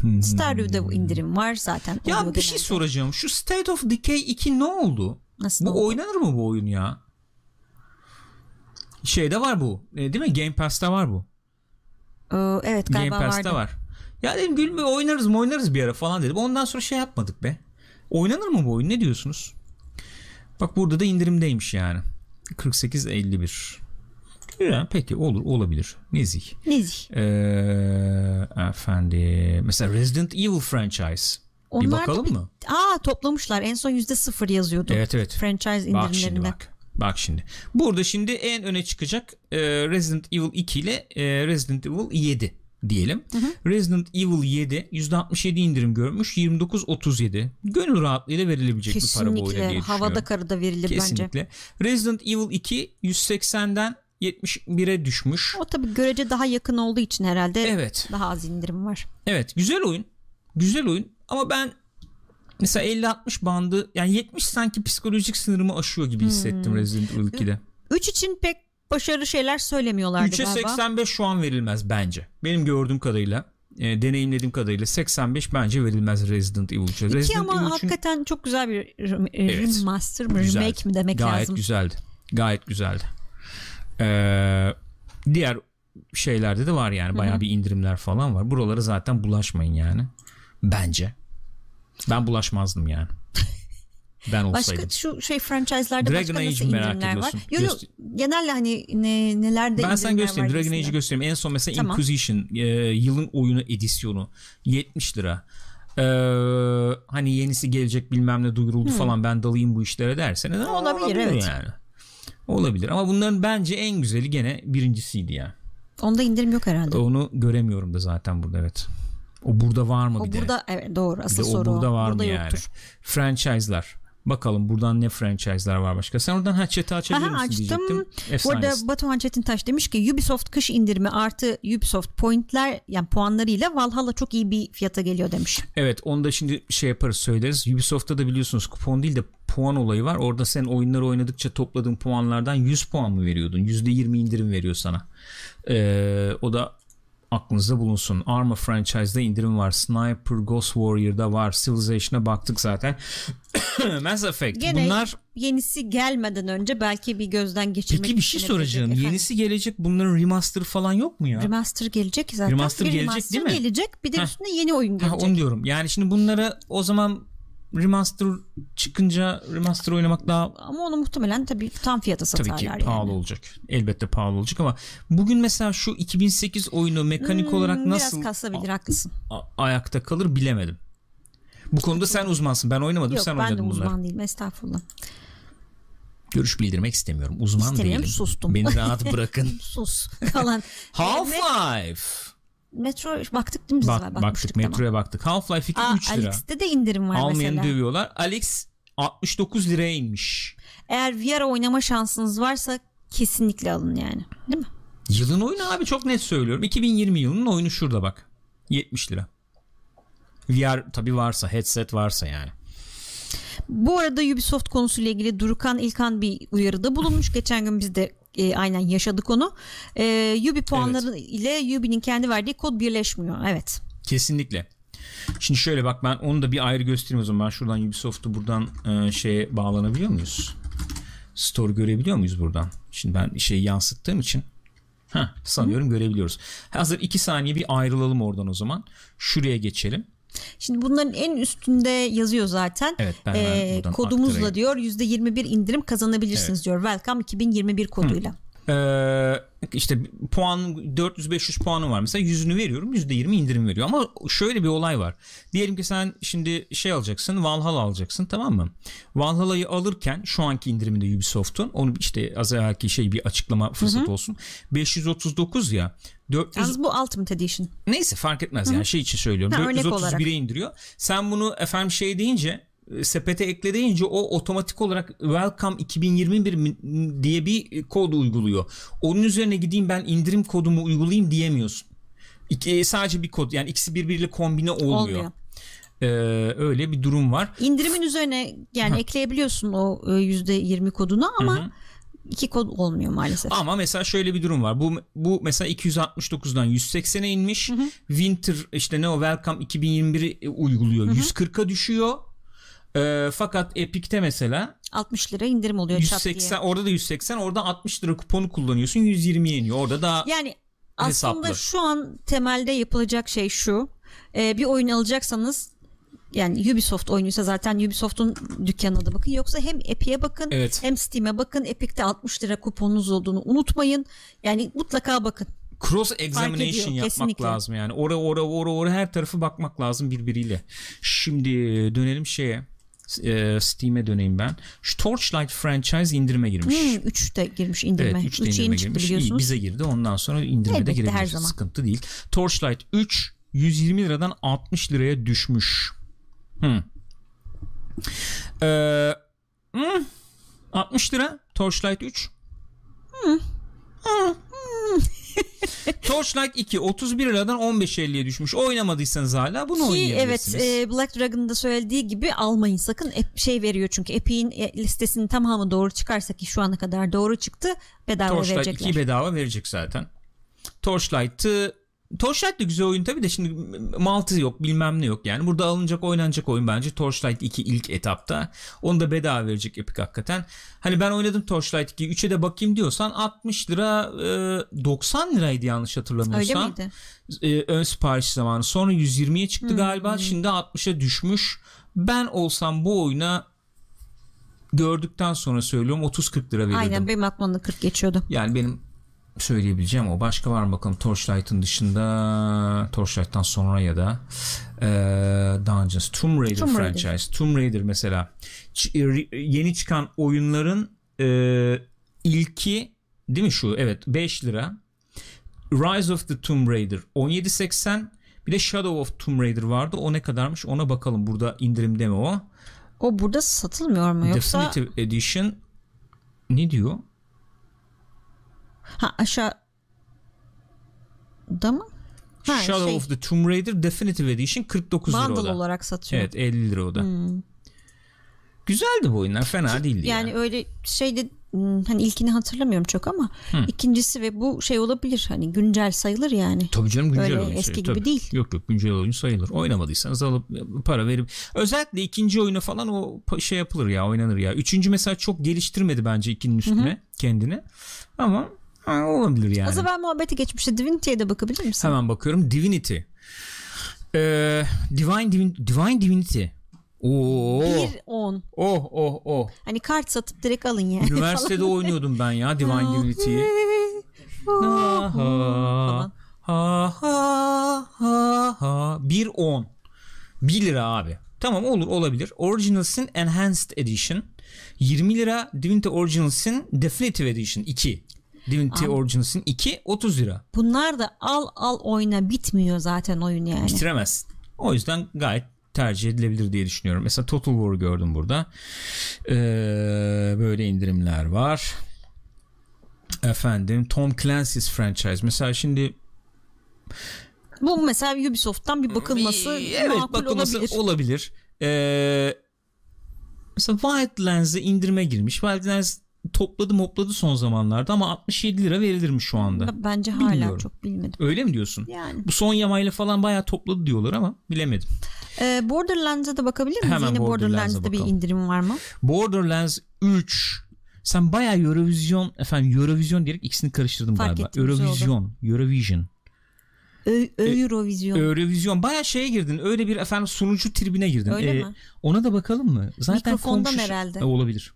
S1: hmm.
S2: Starlew'da indirim var zaten.
S1: ya
S2: Oluyor
S1: bir şey
S2: genelde.
S1: soracağım. Şu State of Decay 2 ne oldu?
S2: Nasıl
S1: Bu
S2: oldu?
S1: oynanır mı bu oyun ya? Şeyde var bu. E, değil mi? Game Pass'ta var bu.
S2: Ee, evet galiba
S1: Game Pass'ta
S2: vardı.
S1: var. Ya dedim gülme oynarız mı oynarız bir ara falan dedim. Ondan sonra şey yapmadık be. Oynanır mı bu oyun? Ne diyorsunuz? Bak burada da indirimdeymiş yani. 48.51. Güzel, Peki olur olabilir. Nezih.
S2: Nezih.
S1: Ee, efendim mesela Resident Evil franchise. bir
S2: Onlar da
S1: bakalım
S2: bir-
S1: mı?
S2: Aa toplamışlar. En son yüzde sıfır yazıyordu.
S1: Evet evet.
S2: Franchise
S1: Bak şimdi
S2: indirimlerinde.
S1: bak. Bak şimdi. Burada şimdi en öne çıkacak e, Resident Evil 2 ile e, Resident Evil 7 diyelim. Resident Evil 7 %67 indirim görmüş. 29.37. Gönül rahatlığıyla verilebilecek bir para bu oyuna
S2: Kesinlikle.
S1: diye
S2: Havada
S1: düşünüyorum.
S2: karada verilir bence.
S1: Kesinlikle. Resident Evil 2 180'den 71'e düşmüş.
S2: O tabii görece daha yakın olduğu için herhalde
S1: Evet.
S2: daha az indirim var.
S1: Evet güzel oyun. Güzel oyun ama ben mesela 50-60 bandı yani 70 sanki psikolojik sınırımı aşıyor gibi hissettim
S2: Hmm.
S1: Resident Evil 2'de.
S2: 3 için pek başarılı şeyler söylemiyorlardı
S1: 3'e
S2: galiba.
S1: 85 şu an verilmez bence. Benim gördüğüm kadarıyla e, deneyimlediğim kadarıyla 85 bence verilmez Resident Evil 3'e.
S2: İki
S1: Resident
S2: ama
S1: Evil 3'ün
S2: hakikaten çok güzel bir rem- e,
S1: Evet.
S2: remaster mı
S1: Güzel.
S2: remake mi demek
S1: gayet
S2: lazım.
S1: güzeldi. Gayet güzeldi. Ee, diğer şeylerde de var yani bayağı bir indirimler falan var. Buralara zaten bulaşmayın yani. Bence. Ben bulaşmazdım yani. Ben olsaydım.
S2: Başka şu şey franchise'larda
S1: Dragon
S2: başka
S1: Age
S2: nasıl
S1: mi merak
S2: indirimler var?
S1: ediyorsun?
S2: Yo, yo, genelde hani ne, nelerde
S1: Ben sen
S2: indirimler
S1: göstereyim.
S2: var
S1: Dragon Age'i
S2: gibisinden.
S1: göstereyim. En son mesela
S2: Tamam.
S1: Inquisition e, yılın oyunu edisyonu 70 lira. E, hani yenisi gelecek bilmem ne duyuruldu falan ben dalayım bu işlere derseniz ama
S2: Hmm. Olabilir,
S1: olabilir
S2: evet.
S1: yani. Olabilir ama bunların bence en güzeli gene birincisiydi yani.
S2: Onda indirim yok herhalde. O,
S1: Onu göremiyorum da zaten burada evet. O burada var mı bir de?
S2: burada evet doğru
S1: Bir de
S2: asıl
S1: o
S2: soru
S1: burada
S2: o.
S1: var
S2: burada
S1: mı
S2: yoktur.
S1: yani? Franchise'lar. Bakalım buradan ne franchise'lar var başka. Sen oradan ha chat'i açabilir
S2: Aha,
S1: misin
S2: açtım.
S1: diyecektim.
S2: Bu arada
S1: Efsanesin.
S2: Batuhan Çetintaş demiş ki Ubisoft kış indirimi artı Ubisoft pointler yani puanlarıyla Valhalla çok iyi bir fiyata geliyor demiş.
S1: Evet onu da şimdi şey yaparız söyleriz. Ubisoft'ta da biliyorsunuz kupon değil de puan olayı var. Orada sen oyunları oynadıkça topladığın puanlardan 100 puan mı veriyordun? %20 indirim veriyor sana. Ee, o da aklınızda bulunsun. Arma franchise'da indirim var. Sniper, Ghost Warrior'da var. Civilization'a baktık zaten. Mass Effect.
S2: Gene
S1: Bunlar
S2: yenisi gelmeden önce belki bir gözden geçirmek
S1: peki bir şey
S2: için yapılacak.
S1: soracağım.
S2: Efendim,
S1: Yenisi gelecek bunların remaster falan yok mu ya?
S2: Remaster gelecek zaten.
S1: Remaster
S2: bir
S1: gelecek
S2: remaster
S1: değil mi?
S2: gelecek bir de
S1: Heh.
S2: üstüne yeni oyun
S1: Ha,
S2: gelecek.
S1: onu diyorum. Yani şimdi bunlara o zaman remaster çıkınca remaster oynamak daha
S2: Ama onu muhtemelen tabii tam fiyata
S1: Tabii
S2: satarlar
S1: ki
S2: yani.
S1: pahalı olacak. Elbette pahalı olacak ama bugün mesela şu 2008 oyunu mekanik
S2: Hmm,
S1: olarak nasıl
S2: Biraz kasabilir haklısın.
S1: a- ayakta kalır bilemedim. Bu konuda sen uzmansın. Ben oynamadım,
S2: Yok
S1: sen
S2: ben de
S1: oynadın
S2: uzman
S1: bunları.
S2: değilim estağfurullah.
S1: Görüş bildirmek istemiyorum. Uzman
S2: İstemiyorum,
S1: değilim.
S2: sustum.
S1: Beni rahat bırakın.
S2: Sus falan. E,
S1: Half-Life.
S2: Metro baktık değil mi biz?
S1: Bak,
S2: Var,
S1: baktık
S2: tamam.
S1: metroya baktık. Half-Life 2
S2: Aa,
S1: 3 lira.
S2: Alex'te de indirim var
S1: Almayanı
S2: mesela.
S1: dövüyorlar. Alex 69 liraya inmiş.
S2: Eğer VR oynama şansınız varsa kesinlikle alın yani. Değil mi?
S1: Yılın oyunu abi çok net söylüyorum. 2020 yılının oyunu şurada bak. 70 lira. VR tabi varsa headset varsa yani.
S2: Bu arada Ubisoft konusuyla ilgili Durukan İlkan bir uyarıda bulunmuş. Geçen gün biz de e, aynen yaşadık onu. E, Ubi puanları ile Ubi'nin kendi verdiği kod birleşmiyor. Evet.
S1: Kesinlikle. Şimdi şöyle bak ben onu da bir ayrı göstereyim o zaman. Ben şuradan Ubisoft'u buradan e, şeye bağlanabiliyor muyuz? Store görebiliyor muyuz buradan? Şimdi ben şeyi yansıttığım için Heh, sanıyorum görebiliyoruz. Hazır 2 saniye bir ayrılalım oradan o zaman. Şuraya geçelim.
S2: Şimdi bunların en üstünde yazıyor zaten.
S1: Evet, ben hemen
S2: E,
S1: buradan
S2: kodumuzla
S1: aktarayım.
S2: diyor %21 indirim kazanabilirsiniz diyor. Welcome 2021 koduyla.
S1: Ee, işte puan 400-500 puanı var mesela yüzünü veriyorum %20 indirim veriyor ama şöyle bir olay var diyelim ki sen şimdi şey alacaksın Valhalla alacaksın tamam mı Valhalla'yı alırken şu anki indiriminde Ubisoft'un onu işte az evvelki şey bir açıklama fırsatı olsun 539 ya 400
S2: Yalnız bu Ultimate Edition.
S1: neyse fark etmez yani şey için söylüyorum
S2: Ha, örnek
S1: 431'e
S2: olarak.
S1: indiriyor sen bunu efendim şey deyince e, sepete ekle deyince o otomatik olarak welcome 2021 mi- diye bir e, kod uyguluyor. Onun üzerine gideyim ben indirim kodumu uygulayayım diyemiyorsun. İki, e, sadece bir kod yani ikisi birbiriyle kombine olmuyor.
S2: Olmuyor.
S1: Ee, öyle bir durum var.
S2: İndirimin üzerine yani ekleyebiliyorsun o e, %20 kodunu ama iki kod olmuyor maalesef.
S1: Ama mesela şöyle bir durum var. Bu bu mesela 269'dan 180'e inmiş. Winter işte ne o Welcome 2021'i e, uyguluyor. 140'a düşüyor. Ee, fakat Epic'te mesela
S2: 60 lira indirim oluyor Ee, çat diye.
S1: 180 orada da 180 orada 60 lira kuponu kullanıyorsun 120'ye iniyor. Orada daha
S2: Yani
S1: Hesaplı.
S2: aslında şu an temelde yapılacak şey şu. Ee, bir oyun alacaksanız yani Ubisoft oyunuysa zaten Ubisoft'un dükkanına da bakın. Yoksa hem Epic'e bakın
S1: Evet.
S2: hem Steam'e bakın. Epic'te 60 lira kuponunuz olduğunu unutmayın. Yani mutlaka bakın.
S1: cross examination
S2: ediyor,
S1: yapmak
S2: kesinlikle.
S1: lazım yani. Ora ora ora ora her tarafı bakmak lazım birbiriyle. Şimdi dönelim şeye. e, Steam'e döneyim ben. Şu Torchlight franchise indirime girmiş.
S2: Hmm, 3 de girmiş indirime.
S1: Evet
S2: 3
S1: 3 de
S2: yeni
S1: indirime
S2: çıktı
S1: girmiş. İyi,
S2: biliyorsunuz.
S1: bize girdi. Ondan sonra indirime de
S2: Elbette, her
S1: girebiliriz.
S2: zaman.
S1: Sıkıntı değil. Torchlight 3 120 liradan 60 liraya düşmüş. Hmm. Ee, hmm. 60 lira Torchlight 3. Hmm. Torchlight 2 31 liradan 15.50'ye düşmüş. Oynamadıysanız hala bunu
S2: Ki evet
S1: oynayabilirsiniz.
S2: e, Black Dragon'ın da söylediği gibi almayın sakın Ep- şey veriyor çünkü Epic'in e, listesinin tamamı doğru çıkarsa ki şu ana kadar doğru çıktı bedava
S1: Torchlight
S2: verecekler.
S1: 2'yi bedava verecek zaten. Torchlight'ı Torchlight de güzel oyun tabii de şimdi maltı yok bilmem ne yok yani. Burada alınacak oynanacak oyun bence Torchlight 2 ilk etapta. Onu da bedava verecek Epic hakikaten. Hani ben oynadım Torchlight 2 3'e de bakayım diyorsan 60 lira e, 90 liraydı yanlış hatırlamıyorsam.
S2: Öyle miydi? Hmm.
S1: E, ön sipariş zamanı. Sonra 120'ye çıktı galiba. Şimdi 60'a düşmüş. Ben olsam bu oyuna gördükten sonra söylüyorum 30-40 lira verirdim.
S2: Aynen benim aklımda 40 geçiyordu.
S1: Yani benim söyleyebileceğim o. Başka var mı bakalım Torchlight'ın dışında Torchlight'tan sonra ya da eee Dungeons. Tomb Raider
S2: Tomb Raider.
S1: franchise. Tomb Raider mesela. Ç- e, yeni çıkan oyunların eee, ilki değil mi şu? Evet 5 lira. Rise of the Tomb Raider 17.80 bir de Shadow of Tomb Raider vardı. O ne kadarmış? Ona bakalım. Burada indirimde mi o?
S2: O burada satılmıyor mu yoksa?
S1: Definitive Edition ne diyor?
S2: Ha aşağı da mı? Ha,
S1: Shadow
S2: şey,
S1: of the Tomb Raider Definitive Edition 49 lira o
S2: bundle
S1: da.
S2: olarak satıyor.
S1: Evet 50 lira o da. Güzeldi bu oyunlar fena değildi yani.
S2: Yani öyle şeyde hmm, hani ilkini hatırlamıyorum çok ama ikincisi ve bu şey olabilir hani güncel sayılır yani.
S1: Tabii canım güncel
S2: Öyle
S1: oyun
S2: eski
S1: sayılır.
S2: gibi
S1: Tabii.
S2: değil.
S1: Yok yok güncel oyun sayılır. Oynamadıysanız alıp para verip özellikle ikinci oyunu falan o pa- şey yapılır ya oynanır ya. Üçüncü mesela çok geliştirmedi bence ikinin üstüne kendini. Ama ha, olabilir yani.
S2: O zaman muhabbeti geçmişte Divinity'ye de bakabilir misin?
S1: Hemen bakıyorum Divinity. Ee, Divine Divin- Divine Divinity. Oo.
S2: Bir 10.
S1: Oh oh oh.
S2: Hani kart satıp direkt alın yani.
S1: Üniversitede oynuyordum ben ya Divine Divinity'yi. Ha ha.
S2: Falan.
S1: Ha ha ha ha. 1.10. 1 lira abi. Tamam olur olabilir. Original Sin Enhanced Edition 20 lira. Divinity Original Sin Definitive Edition 2. Divinity Original Sin 2 30 lira.
S2: Bunlar da al al oyna bitmiyor zaten oyun yani.
S1: Bitiremez. O yüzden gayet tercih edilebilir diye düşünüyorum. Mesela Total War gördüm burada. Ee, böyle indirimler var. Efendim Tom Clancy's franchise. Mesela şimdi
S2: Bu mesela Ubisoft'tan bir bakılması
S1: Ee, evet,
S2: makul
S1: bakılması
S2: olabilir.
S1: olabilir. Ee, mesela Wildlands'e indirime girmiş. Wildlands topladı mopladı son zamanlarda ama 67 lira verilirmiş şu anda.
S2: B- Bence hala
S1: Bilmiyorum.
S2: çok bilmedim.
S1: Öyle mi diyorsun?
S2: Yani
S1: Bu son yamayla falan bayağı topladı diyorlar ama bilemedim.
S2: Ee, Borderlands'a da bakabilir miyiz?
S1: Hemen
S2: Yine
S1: Borderlands'a
S2: Borderlands'da bir
S1: bakalım.
S2: indirim var mı?
S1: Borderlands 3 sen bayağı Eurovision efendim Eurovision diyerek ikisini karıştırdım
S2: Fark
S1: galiba.
S2: ettim, güzel oldu.
S1: Eurovision, Eurovision. E,
S2: Ö- Eurovision.
S1: Eurovision bayağı şeye girdin. Öyle bir efendim sunucu tribine girdin. Ee,
S2: Öyle mi?
S1: Ona da bakalım mı? Zaten
S2: Mikrofondan
S1: komşu-
S2: herhalde.
S1: E, olabilir.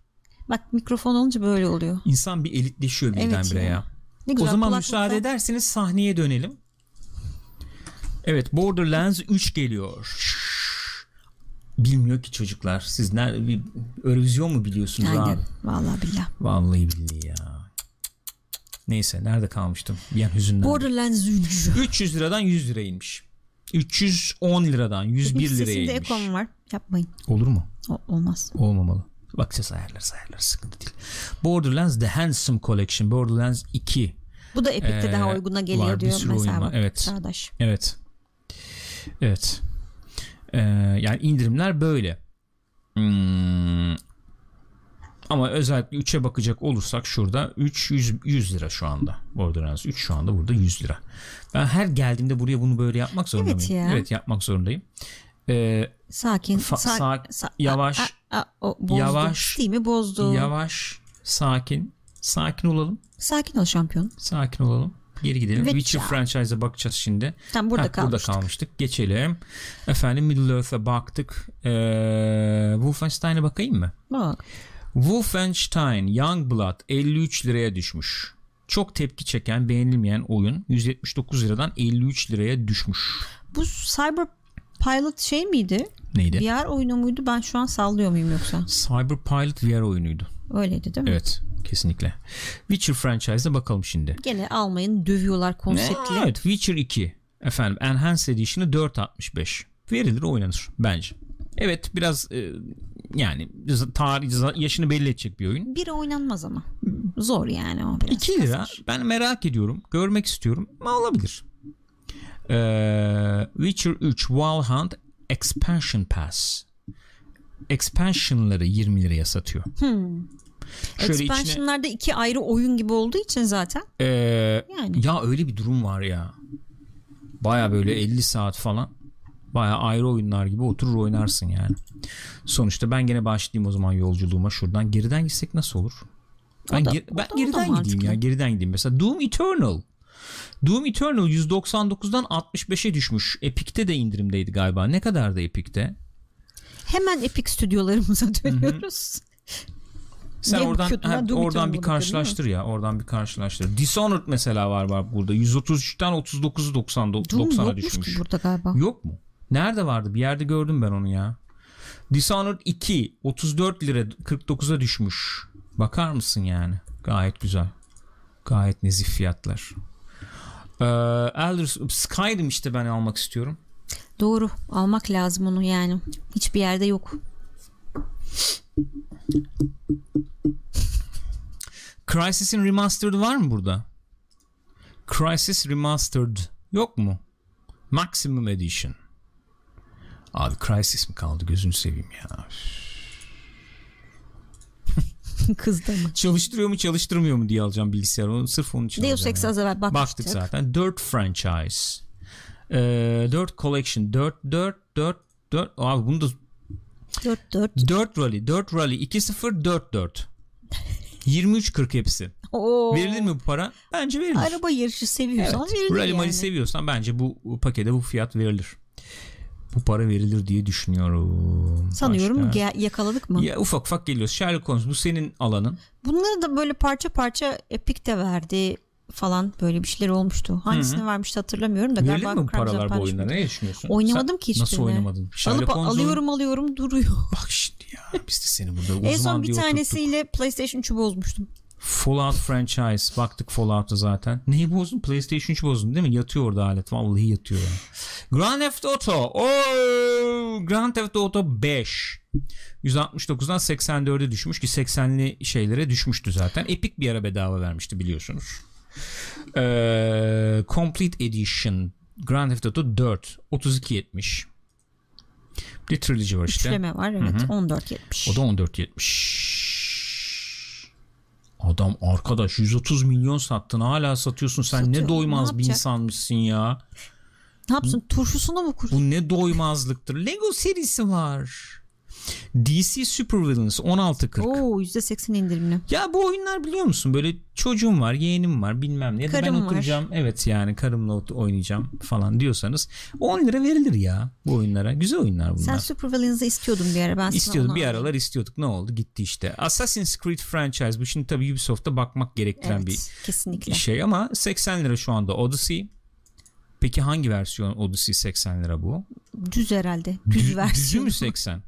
S2: Bak mikrofon olunca böyle oluyor.
S1: İnsan bir elitleşiyor
S2: Evet
S1: birdenbire
S2: ya.
S1: ya.
S2: Ne güzel,
S1: o zaman
S2: kulaklıkta-
S1: müsaade ederseniz sahneye dönelim. Evet Borderlands 3 geliyor. Şşş. Bilmiyor ki çocuklar. Siz nerede bir Eurovision mu biliyorsunuz abi?
S2: Aynen. Vallahi billah.
S1: Vallahi billahi ya. Neyse nerede kalmıştım? Bir an hüzünden.
S2: Borderlands 3.
S1: 300 liradan 100 lira inmiş. 310 liradan 101
S2: Sesinde
S1: liraya inmiş.
S2: ekon var. Yapmayın.
S1: Olur mu?
S2: O- olmaz.
S1: Olmamalı. Bakacağız ayarlarız ayarlarız sıkıntı değil. Borderlands The Handsome Collection. Borderlands 2.
S2: Bu da Epic'te
S1: Ee,
S2: daha uyguna geliyor
S1: var, bir
S2: diyor
S1: sürü oyun
S2: mesela.
S1: var,
S2: bak,
S1: evet.
S2: Çağdaş.
S1: Evet. Evet. Ee, yani indirimler böyle. Hmm. Ama özellikle 3'e bakacak olursak şurada 3 100, 100 lira şu anda. Borderlands 3 şu anda burada 100 lira. Ben her geldiğimde buraya bunu böyle yapmak zorunda
S2: Evet
S1: mıyım?
S2: ya.
S1: Evet yapmak zorundayım. Ee,
S2: Sakin.
S1: Fa-
S2: sak-
S1: sak-
S2: sa-
S1: yavaş.
S2: A, a, a, o bozdu.
S1: Yavaş.
S2: Steam'i bozdu.
S1: yavaş, sakin, sakin olalım.
S2: Sakin ol şampiyon.
S1: Sakin olalım. Geri gidelim.
S2: Ve-
S1: Witcher franchise'a bakacağız şimdi.
S2: Tam burada
S1: Heh,
S2: kalmıştık.
S1: Burada kalmıştık. Geçelim. Efendim Middle Earth'a baktık. Ee, Wolfenstein'e bakayım mı?
S2: Bak.
S1: Wolfenstein Youngblood 53 liraya düşmüş. Çok tepki çeken, beğenilmeyen oyun 179 liradan 53 liraya düşmüş.
S2: Bu Cyber Pilot şey miydi?
S1: Neydi?
S2: VR oyunu muydu? Ben şu an sallıyor muyum yoksa?
S1: Cyberpilot VR oyunuydu.
S2: Öyleydi değil mi?
S1: Evet, kesinlikle. Witcher franchise'e bakalım şimdi.
S2: Gene almayın dövüyorlar konseptli.
S1: Evet, Witcher 2. Efendim, Enhanced Edition'ı 4.65. Verilir, oynanır bence. Evet, biraz e, yani tarih yaşını belli edecek bir oyun.
S2: Bir oynanmaz ama. Zor yani o biraz.
S1: 2 lira. Ben merak ediyorum. Görmek istiyorum. Ama olabilir. Ee, Witcher 3 Wild Hunt Expansion Pass. Expansionları 20 liraya satıyor. Şöyle içine
S2: Expansion'larda iki ayrı oyun gibi olduğu için zaten.
S1: Ee,
S2: Yani.
S1: ya öyle bir durum var ya. Baya böyle 50 saat falan. Baya ayrı oyunlar gibi oturur oynarsın yani. Sonuçta ben gene başlayayım o zaman yolculuğuma şuradan. Geriden gitsek nasıl olur? Ben,
S2: da-
S1: ger-
S2: o
S1: ben
S2: da- o da
S1: geriden gideyim
S2: mantıklı.
S1: ya. Geriden gideyim. Mesela Doom Eternal. Doom Eternal 199'dan 65'e düşmüş. Epic'te de indirimdeydi galiba. Ne kadardı Epic'te?
S2: Hemen Epic stüdyolarımıza dönüyoruz.
S1: Sen
S2: Ne
S1: oradan
S2: kötü lan,
S1: ha,
S2: Doom Eternal'ı
S1: oradan bir
S2: bakıyor,
S1: karşılaştır ya. Oradan bir karşılaştır. Dishonored mesela var var burada. 133'ten 39'u 90
S2: Doom
S1: 90'a
S2: yokmuş
S1: düşmüş.
S2: ki burada galiba.
S1: Yok mu? Nerede vardı? Bir yerde gördüm ben onu ya. Dishonored 2 34 lira 49'a düşmüş. Bakar mısın yani? Gayet güzel. Gayet nezih fiyatlar. Ee, Elder Skyrim işte ben almak istiyorum.
S2: Doğru. Almak lazım onu yani. Hiçbir yerde yok.
S1: Crysis'in Remastered var mı burada? Crysis Remastered yok mu? Maximum Edition. Abi Crysis mi kaldı gözünü seveyim ya.
S2: Kızda mı?
S1: Çalıştırıyor mu çalıştırmıyor mu diye alacağım bilgisayarı. Onu sırf onun için
S2: Deus
S1: alacağım
S2: Ex
S1: ya.
S2: az evvel bakmıştık.
S1: Baktık zaten. 4 franchise. Ee, 4 collection. 4 4 4 4. Abi bunu da
S2: 4 4.
S1: 4 rally. 4 rally. 2 0 4 4. 23 40 hepsi.
S2: Oo.
S1: Verilir mi bu para? Bence verilir.
S2: Araba yarışı
S1: evet.
S2: seviyorsan verilir
S1: Rally mali
S2: yani.
S1: seviyorsan bence bu bu pakete bu fiyat verilir. Bu para verilir diye düşünüyorum.
S2: Sanıyorum
S1: Başka?
S2: ge- yakaladık mı?
S1: Ya ufak ufak geliyoruz. Sherlock Holmes bu senin
S2: E,
S1: alanın.
S2: Bunları da böyle parça parça Epic de verdi falan böyle bir şeyler olmuştu. Hangisini vermişti hatırlamıyorum da
S1: Verilir mi bu
S2: Crimson
S1: paralar bu
S2: Punishment.
S1: oyunlara? Ne düşünüyorsun?
S2: Oynamadım
S1: Sen
S2: ki hiçbirini.
S1: Nasıl oynamadın?
S2: Alıp
S1: Sherlock Holmes'un-
S2: alıyorum alıyorum duruyor.
S1: Bak şimdi ya biz de seni burada uzman
S2: en son bir
S1: diye oturttuk.
S2: tanesiyle PlayStation 3'ü bozmuştum.
S1: Fallout franchise baktık Fallout'a zaten. Neyi bozdun? PlayStation 3 bozdun değil mi? Yatıyor orada alet. Vallahi yatıyor. ya. Grand Theft Auto. Oo! Grand Theft Auto 5. 169'dan 84'e düşmüş ki 80'li şeylere düşmüştü zaten. Epic bir ara bedava vermişti biliyorsunuz. Ee, Complete Edition Grand Theft Auto 4 32.70. Bir de trilogy var işte.
S2: Üçleme var evet 14.70.
S1: O da 14.70. Adam arkadaş 130 milyon sattın hala satıyorsun sen ne
S2: Satıyorum,
S1: doymaz
S2: ne
S1: bir
S2: yapacak?
S1: insanmışsın ya.
S2: Ne yapsın turşusunu mu kursun?
S1: Bu ne doymazlıktır. Lego serisi var. DC Supervillains 16.40.
S2: Oo %80 indirimli.
S1: Ya bu oyunlar biliyor musun böyle çocuğum var yeğenim var bilmem ne ya da
S2: Karım
S1: ben
S2: var.
S1: oturacağım evet yani karımla ot- oynayacağım falan diyorsanız 10 lira verilir ya bu oyunlara güzel oyunlar bunlar.
S2: Sen Supervillains'ı istiyordun bir ara. Ben sana
S1: İstiyordum
S2: onu
S1: bir
S2: aldım.
S1: aralar istiyorduk ne oldu gitti işte. Assassin's Creed franchise bu şimdi tabii Ubisoft'a bakmak gerektiren
S2: Evet,
S1: bir
S2: kesinlikle.
S1: şey ama 80 lira şu anda Odyssey. Peki hangi versiyon Odyssey 80 lira bu?
S2: Düz herhalde.
S1: Dü-
S2: Düz
S1: Düzü
S2: versiyonu.
S1: mü 80?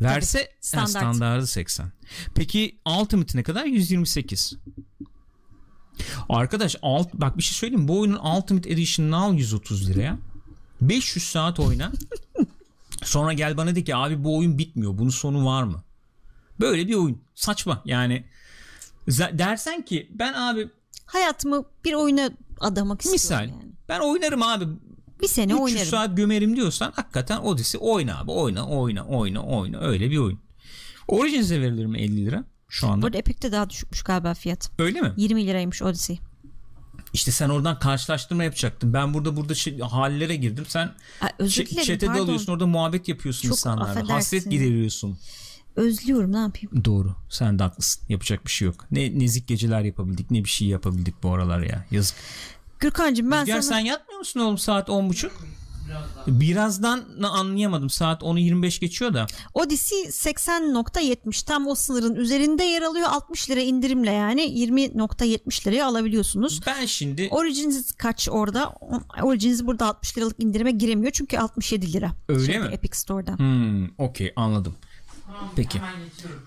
S1: Verse ha,
S2: standart.
S1: standardı 80. Peki Ultimate'i ne kadar? 128. Arkadaş alt, bak bir şey söyleyeyim mi? bu oyunun Ultimate Edition'ını al 130 liraya. 500 saat oyna. Sonra gel bana de ki abi bu oyun bitmiyor. Bunun sonu var mı? Böyle bir oyun. Saçma yani. za- Dersen ki ben abi
S2: Hayatımı bir oyuna adamak
S1: misal
S2: istiyorum yani.
S1: ben oynarım abi
S2: Bir sene
S1: 300
S2: oynarım.
S1: saat gömerim diyorsan hakikaten Odyssey oyna abi oyna oyna oyna oyna öyle bir oyun. Origins'e verilir mi 50 lira şu anda?
S2: Burada Epic'te daha düşükmüş galiba fiyat.
S1: Öyle mi?
S2: 20 liraymış Odyssey.
S1: İşte sen oradan karşılaştırma yapacaktın. Ben burada burada şey, hallere girdim. Sen
S2: Ay, özür
S1: ç-
S2: dilerim
S1: çete
S2: pardon.
S1: dalıyorsun orada muhabbet yapıyorsun
S2: Çok
S1: insanlarla.
S2: affedersin.
S1: Hasret gideriyorsun.
S2: Özlüyorum ne yapayım.
S1: Doğru. Sen de haklısın. Yapacak bir şey yok. Ne nezik geceler yapabildik ne bir şey yapabildik bu aralar ya. Yazık.
S2: Gürkan'cığım ben
S1: Rüzgar sen
S2: sana...
S1: yatmıyor musun oğlum saat 10.30? Birazdan anlayamadım. Saat 10.25 geçiyor da.
S2: Odyssey 80.70 tam o sınırın üzerinde yer alıyor. 60 lira indirimle yani 20.70 liraya alabiliyorsunuz.
S1: Ben şimdi
S2: Origins kaç orada? O- Origins burada 60 liralık indirime giremiyor çünkü 67 lira. Şey,
S1: Öyle mi?
S2: Epic Store'da.
S1: Hmm, okey anladım. Peki.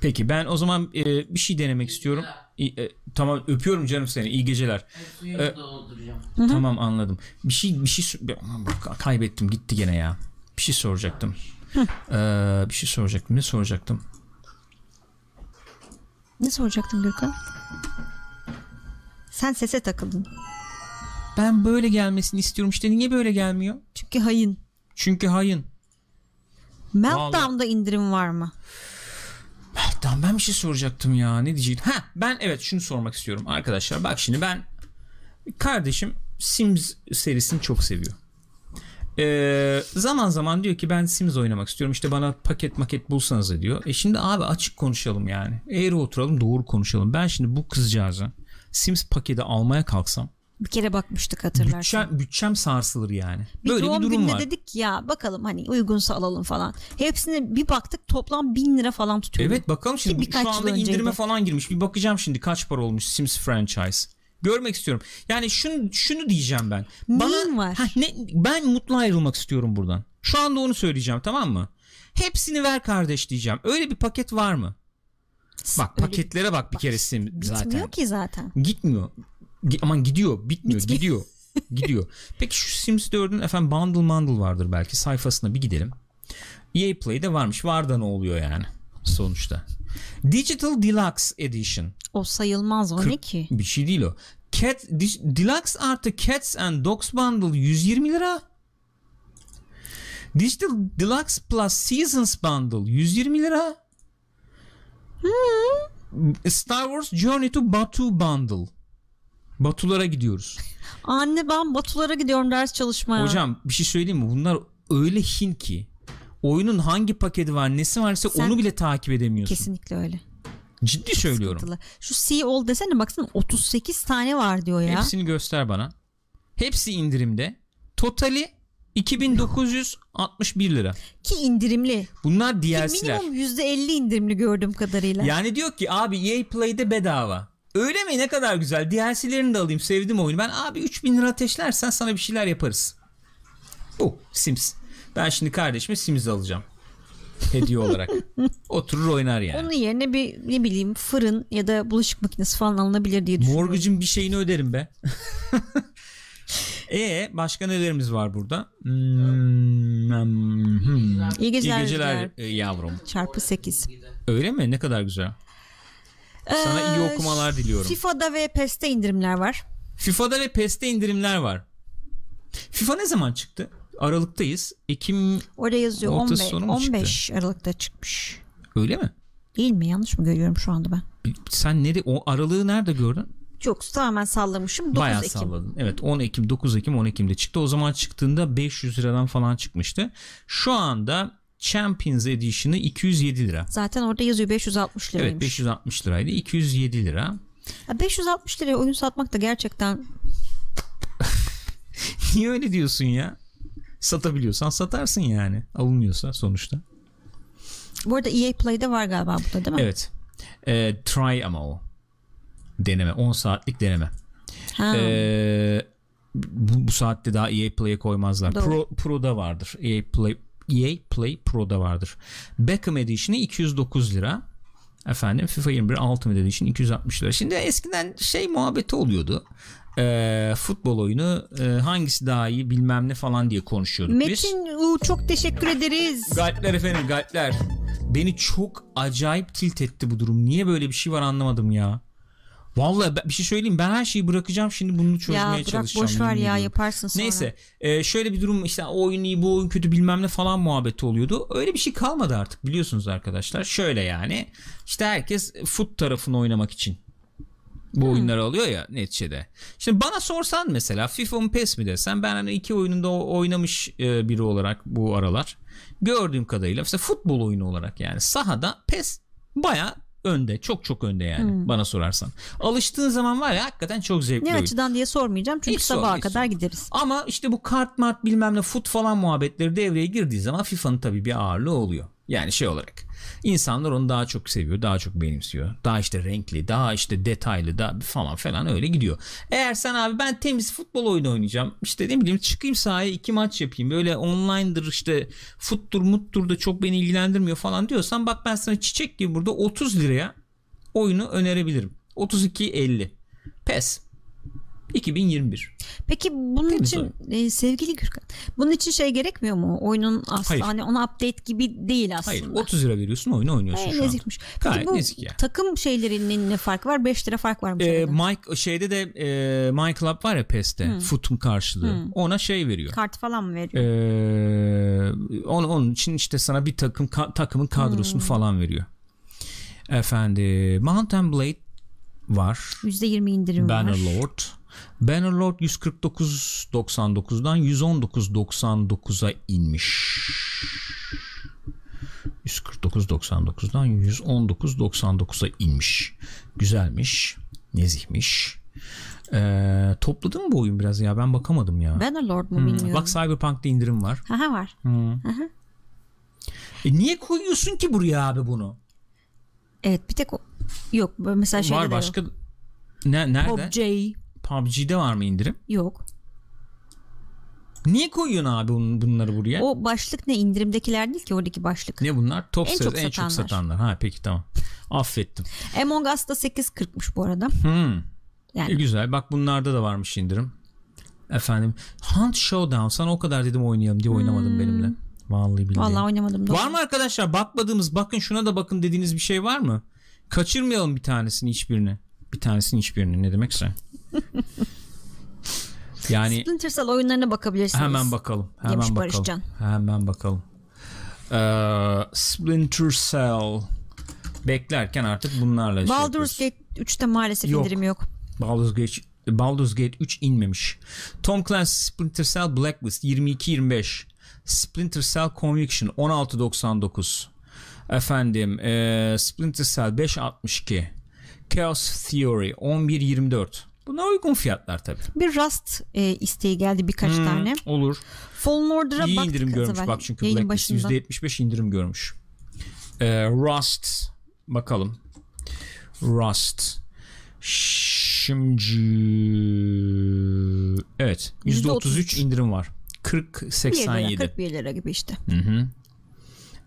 S1: Peki ben o zaman e, bir şey denemek istiyorum. İyi, e, tamam öpüyorum canım seni. İyi geceler.
S3: Suyu
S1: Ee,
S3: da dolduracağım.
S1: Tamam anladım. Bir şey bir şey sor- bir- aman bak, kaybettim gitti gene ya. Bir şey soracaktım. Ee, bir şey soracaktım. Ne soracaktım?
S2: Ne soracaktın Gürkan? Sen sese takıldın.
S1: Ben böyle gelmesini istiyorum işte. Niye böyle gelmiyor?
S2: Çünkü hayın.
S1: Çünkü hayın.
S2: Meltdown'da indirim var mı?
S1: Tamam ben bir şey soracaktım ya. Ne diyecektim? Ha ben evet şunu sormak istiyorum arkadaşlar. Bak şimdi ben kardeşim Sims serisini çok seviyor. Ee, zaman zaman diyor ki ben Sims oynamak istiyorum. İşte bana paket maket bulsanız da diyor. E şimdi abi açık konuşalım yani. Eğri oturalım doğru konuşalım. Ben şimdi bu kızcağızı Sims paketi almaya kalksam
S2: Bir kere bakmıştık hatırlarsın.
S1: bütçem, bütçem sarsılır yani.
S2: Bir
S1: Böyle
S2: doğum
S1: bir durum
S2: gününe
S1: var.
S2: dedik ki, ya bakalım hani uygunsa alalım falan. Hepsine bir baktık toplam bin lira falan tutuyor.
S1: Evet bakalım
S2: Ki
S1: şimdi bu-
S2: birkaç
S1: şu
S2: yıl
S1: anda
S2: önceydi.
S1: indirime falan girmiş. Bir bakacağım şimdi kaç para olmuş Sims franchise. Görmek istiyorum. Yani şunu şunu diyeceğim ben.
S2: Neyin var?
S1: Heh, ne, ben mutlu ayrılmak istiyorum buradan. Şu anda onu söyleyeceğim tamam mı? Hepsini ver kardeş diyeceğim. Öyle bir paket var mı? Bak
S2: Öyle
S1: paketlere bak bir kere Sim
S2: Bitmiyor
S1: zaten.
S2: ki zaten.
S1: Gitmiyor. Gi- aman gidiyor, bitmiyor,
S2: Bitmiyor.
S1: gidiyor. gidiyor. Peki şu Sims 4'ün efendim bundle mandle vardır belki. Sayfasına bir gidelim. EA Play'de varmış. Var da ne oluyor yani sonuçta. Digital Deluxe Edition.
S2: O sayılmaz o
S1: Kırk-
S2: ne ki?
S1: Bir şey değil o. Cat Dis- Deluxe artı Cats and Dogs Bundle 120 lira. Digital Deluxe Plus Seasons Bundle 120 lira. Hmm. Star Wars Journey to Batu Bundle. Batulara gidiyoruz.
S2: Anne ben Batulara gidiyorum ders çalışmaya.
S1: Hocam bir şey söyleyeyim mi? Bunlar öyle hin ki. Oyunun hangi paketi var, nesi varsa
S2: Sen-
S1: onu bile takip edemiyorsun.
S2: Kesinlikle öyle.
S1: Ciddi şey söylüyorum.
S2: Sıkıntılı. Şu see all desene baksana 38 tane var diyor ya.
S1: Hepsini göster bana. Hepsi indirimde. Totali 2961 lira.
S2: Ki indirimli.
S1: Bunlar DLC'ler.
S2: Minimum %50 indirimli gördüğüm kadarıyla.
S1: Yani diyor ki abi EA Play'de bedava. Öyle mi ne kadar güzel. DLC'lerini de alayım sevdim oyunu. Ben abi 3000 lira ateşlersen sana bir şeyler yaparız. Bu Sims. Ben şimdi kardeşime Sims alacağım. Hediye olarak. Oturur oynar yani.
S2: Onun yerine bir ne bileyim fırın ya da bulaşık makinesi falan alınabilir diye düşünüyorum.
S1: Mortgage'ın bir şeyini öderim be. e başka nelerimiz var burada? Hmm, hmm.
S2: İyi geceler.
S1: İyi geceler e, yavrum.
S2: Çarpı 8.
S1: Öyle mi? Ne kadar güzel. Sana iyi
S2: Ee,
S1: okumalar diliyorum.
S2: FIFA'da ve PES'te indirimler var.
S1: FIFA'da ve PES'te indirimler var. FIFA ne zaman çıktı? Aralıktayız. Ekim
S2: Orada yazıyor
S1: Orta
S2: 15,
S1: sonu mu çıktı?
S2: 15 Aralık'ta çıkmış.
S1: öyle mi? E,
S2: Değil mi? Yanlış mı görüyorum şu anda ben?
S1: Sen nere o aralığı nerede gördün?
S2: Yok tamamen sallamışım. 9
S1: Bayağı
S2: Ekim.
S1: salladın. Evet 10 Ekim 9 Ekim 10 Ekim'de çıktı. O zaman çıktığında 500 liradan falan çıkmıştı. Şu anda Champions Edition'ı 207 lira.
S2: Zaten orada yazıyor 560 liraymış.
S1: Evet 560 liraydı. 207 lira.
S2: Ya 560 liraya oyun satmak da gerçekten
S1: Niye öyle diyorsun ya? Satabiliyorsan satarsın yani. Alınıyorsa sonuçta.
S2: bu arada EA Play'de var galiba bu da değil mi?
S1: Evet. Ee, try ama o. Deneme. 10 saatlik deneme.
S2: Ha,
S1: Ee, bu, bu saatte daha EA Play'e koymazlar.
S2: Doğru.
S1: Pro, Pro'da vardır. EA Play EA Play Pro'da vardır. Beckham Edition'ı 209 lira. Efendim FIFA 21 Ultimate Edition 260 lira. Şimdi eskiden şey muhabbeti oluyordu. Ee, futbol oyunu e, hangisi daha iyi bilmem ne falan diye konuşuyorduk biz.
S2: Metin U çok teşekkür ederiz.
S1: Galpler efendim galpler. Beni çok acayip tilt etti bu durum. Niye böyle bir şey var anlamadım ya. Vallahi ben- bir şey söyleyeyim ben her şeyi bırakacağım şimdi bunu çözmeye
S2: Ya bırak
S1: çalışacağım.
S2: boş ver
S1: yemin
S2: ya
S1: ediyorum.
S2: yaparsın sonra.
S1: Neyse e, şöyle bir durum işte o oyun iyi bu oyun kötü bilmem ne falan muhabbeti oluyordu. Öyle bir şey kalmadı artık biliyorsunuz arkadaşlar. Şöyle yani işte herkes fut tarafını oynamak için bu
S2: Hmm.
S1: oyunları alıyor ya neticede. Şimdi bana sorsan mesela FIFA mı PES mi desen ben hani iki oyununda o- oynamış e, biri olarak bu aralar gördüğüm kadarıyla mesela futbol oyunu olarak yani sahada PES baya önde çok çok önde yani bana sorarsan. Alıştığın zaman var ya hakikaten çok zevkli
S2: Hmm. Ne
S1: oyun.
S2: açıdan diye sormayacağım çünkü
S1: Hiç sor,
S2: sabaha
S1: hiç
S2: kadar
S1: sor.
S2: gideriz.
S1: Ama işte bu kart mart bilmem ne fut falan muhabbetleri devreye girdiği zaman FIFA'nın tabii bir ağırlığı oluyor. Yani şey olarak insanlar onu daha çok seviyor, daha çok benimsiyor. Daha işte renkli, daha işte detaylı daha falan falan öyle gidiyor. Eğer sen abi ben temiz futbol oyunu oynayacağım. işte ne bileyim çıkayım sahaya iki maç yapayım. Böyle online'dır işte futtur muttur da çok beni ilgilendirmiyor falan diyorsan bak ben sana çiçek gibi burada 30 liraya oyunu önerebilirim. 32.50 PES 2021
S2: Peki bunun
S1: Temiz
S2: için e, sevgili Gürkan bunun için şey gerekmiyor mu? Oyunun
S1: Hayır.
S2: aslında hani ona update gibi değil aslında.
S1: Hayır 30 lira veriyorsun oyunu oynuyorsun
S2: Ee,
S1: şu an.
S2: nezikmiş. Peki
S1: Gayet
S2: bu
S1: nezik ya.
S2: takım şeylerinin ne farkı var? 5 lira fark var mı?
S1: Ee,
S2: arada?
S1: Mike şeyde de e, My Club var ya PES'te futun karşılığı ona şey veriyor.
S2: Kart falan mı veriyor?
S1: Ee, on, onun için işte sana bir takım ka- takımın kadrosunu falan veriyor. Efendim Mountain Blade var.
S2: %20 indirim var.
S1: Bannerlord. Bannerlord 149.99'dan 119.99'a inmiş. 149.99'dan 119.99'a inmiş. Güzelmiş. Nezihmiş. Ee, topladın mı bu oyun biraz ya? Ben bakamadım ya.
S2: Bannerlord mu
S1: Hmm,
S2: bilmiyorum.
S1: Bak Hmm. Cyberpunk'ta indirim var.
S2: Aha var.
S1: E niye koyuyorsun ki buraya abi bunu?
S2: Evet bir tek o. Yok mesela şeyde
S1: var
S2: de
S1: başka. Ne, nerede?
S2: yok. Obj
S1: PUBG'de var mı indirim?
S2: yok.
S1: Niye koyuyorsun abi bun- bunları buraya?
S2: O başlık ne indirimdekiler değil ki oradaki başlık.
S1: Ne bunlar? Top
S2: En
S1: sales,
S2: çok
S1: en çok
S2: satanlar.
S1: satanlar. Ha peki tamam. Affettim.
S2: Among Us da 8.40'mış bu arada.
S1: Hmm.
S2: Yani.
S1: E, güzel. Bak bunlarda da varmış indirim. Efendim. Hunt Showdown. Sana o kadar dedim oynayalım diye oynamadın benimle. Vallahi billahi.
S2: Hmm. Vallahi oynamadım.
S1: Var mı arkadaşlar bakmadığımız bakın şuna da bakın dediğiniz bir şey var mı? Kaçırmayalım bir tanesini hiçbirini. Bir tanesini hiçbirini ne demekse. yani
S2: Splinter Cell oyunlarına bakabilirsiniz.
S1: Hani- hemen bakalım. Hemen
S2: Yemiş
S1: bakalım.
S2: Barışcan.
S1: Hemen bakalım. Ee, Splinter Cell beklerken artık bunlarla şey
S2: Baldur's
S1: yapıyoruz.
S2: Gate 3'te maalesef
S1: Yok.
S2: indirim yok.
S1: Baldur's Gate Baldur's Gate 3 inmemiş. Tom Clancy Splinter Cell Blacklist 22-25. Splinter Cell Conviction 16.99. Efendim eee, Splinter Cell 5.62. Chaos Theory 11.24. Bunlar uygun fiyatlar tabii.
S2: Bir Rust e, isteği geldi birkaç tane.
S1: Olur.
S2: Fallen Order'a
S1: Hmm. İyi
S2: baktık
S1: indirim
S2: az
S1: görmüş
S2: evvel,
S1: bak çünkü
S2: yayının
S1: Blacklist
S2: başında.
S1: %75 indirim görmüş. Ee, Rust bakalım. Rust. Şimdi evet %33
S2: %33
S1: indirim var. 40
S2: Bir lira,
S1: 87.
S2: 41 lira gibi işte.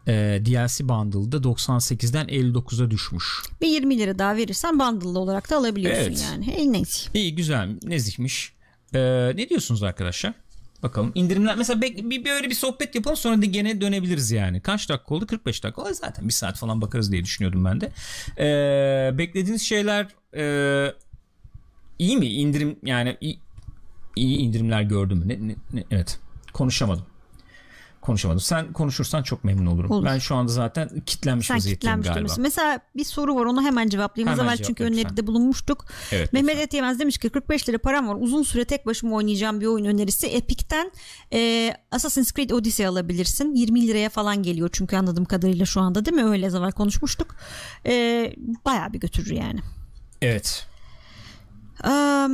S1: Ee, DLC bundle'da 98'den 59'a düşmüş.
S2: Bir 20 lira daha verirsen bundle olarak da alabiliyorsun
S1: Evet.
S2: yani. En neyse.
S1: İyi güzel nezihmiş. Ee, ne diyorsunuz arkadaşlar? Bakalım indirimler mesela bek- bir böyle bir sohbet yapalım sonra da gene dönebiliriz yani. Kaç dakika oldu? 45 dakika oldu. Zaten bir saat falan bakarız diye düşünüyordum ben de. Ee, beklediğiniz şeyler e, iyi mi? İndirim yani iyi, iyi indirimler gördün mü? Ne, ne- ne- evet konuşamadım. Konuşamadım. Sen konuşursan çok memnun olurum.
S2: Olur.
S1: Ben şu anda zaten kitlenmiş
S2: Sen
S1: vaziyetteyim
S2: kitlenmiş
S1: galiba.
S2: durumdasın. Mesela bir soru var onu hemen cevaplayayım.
S1: Hemen
S2: Az evvel
S1: cevapla
S2: çünkü
S1: lütfen.
S2: öneride bulunmuştuk.
S1: Evet.
S2: Mehmet Etiyemez demiş ki 45 lira param var. Uzun süre tek başıma oynayacağım bir oyun önerisi. Epic'ten e, Assassin's Creed Odyssey alabilirsin. 20 liraya falan geliyor çünkü anladığım kadarıyla şu anda değil mi? Öyle az evvel konuşmuştuk. E, bayağı bir götürür yani.
S1: Evet.
S2: Am,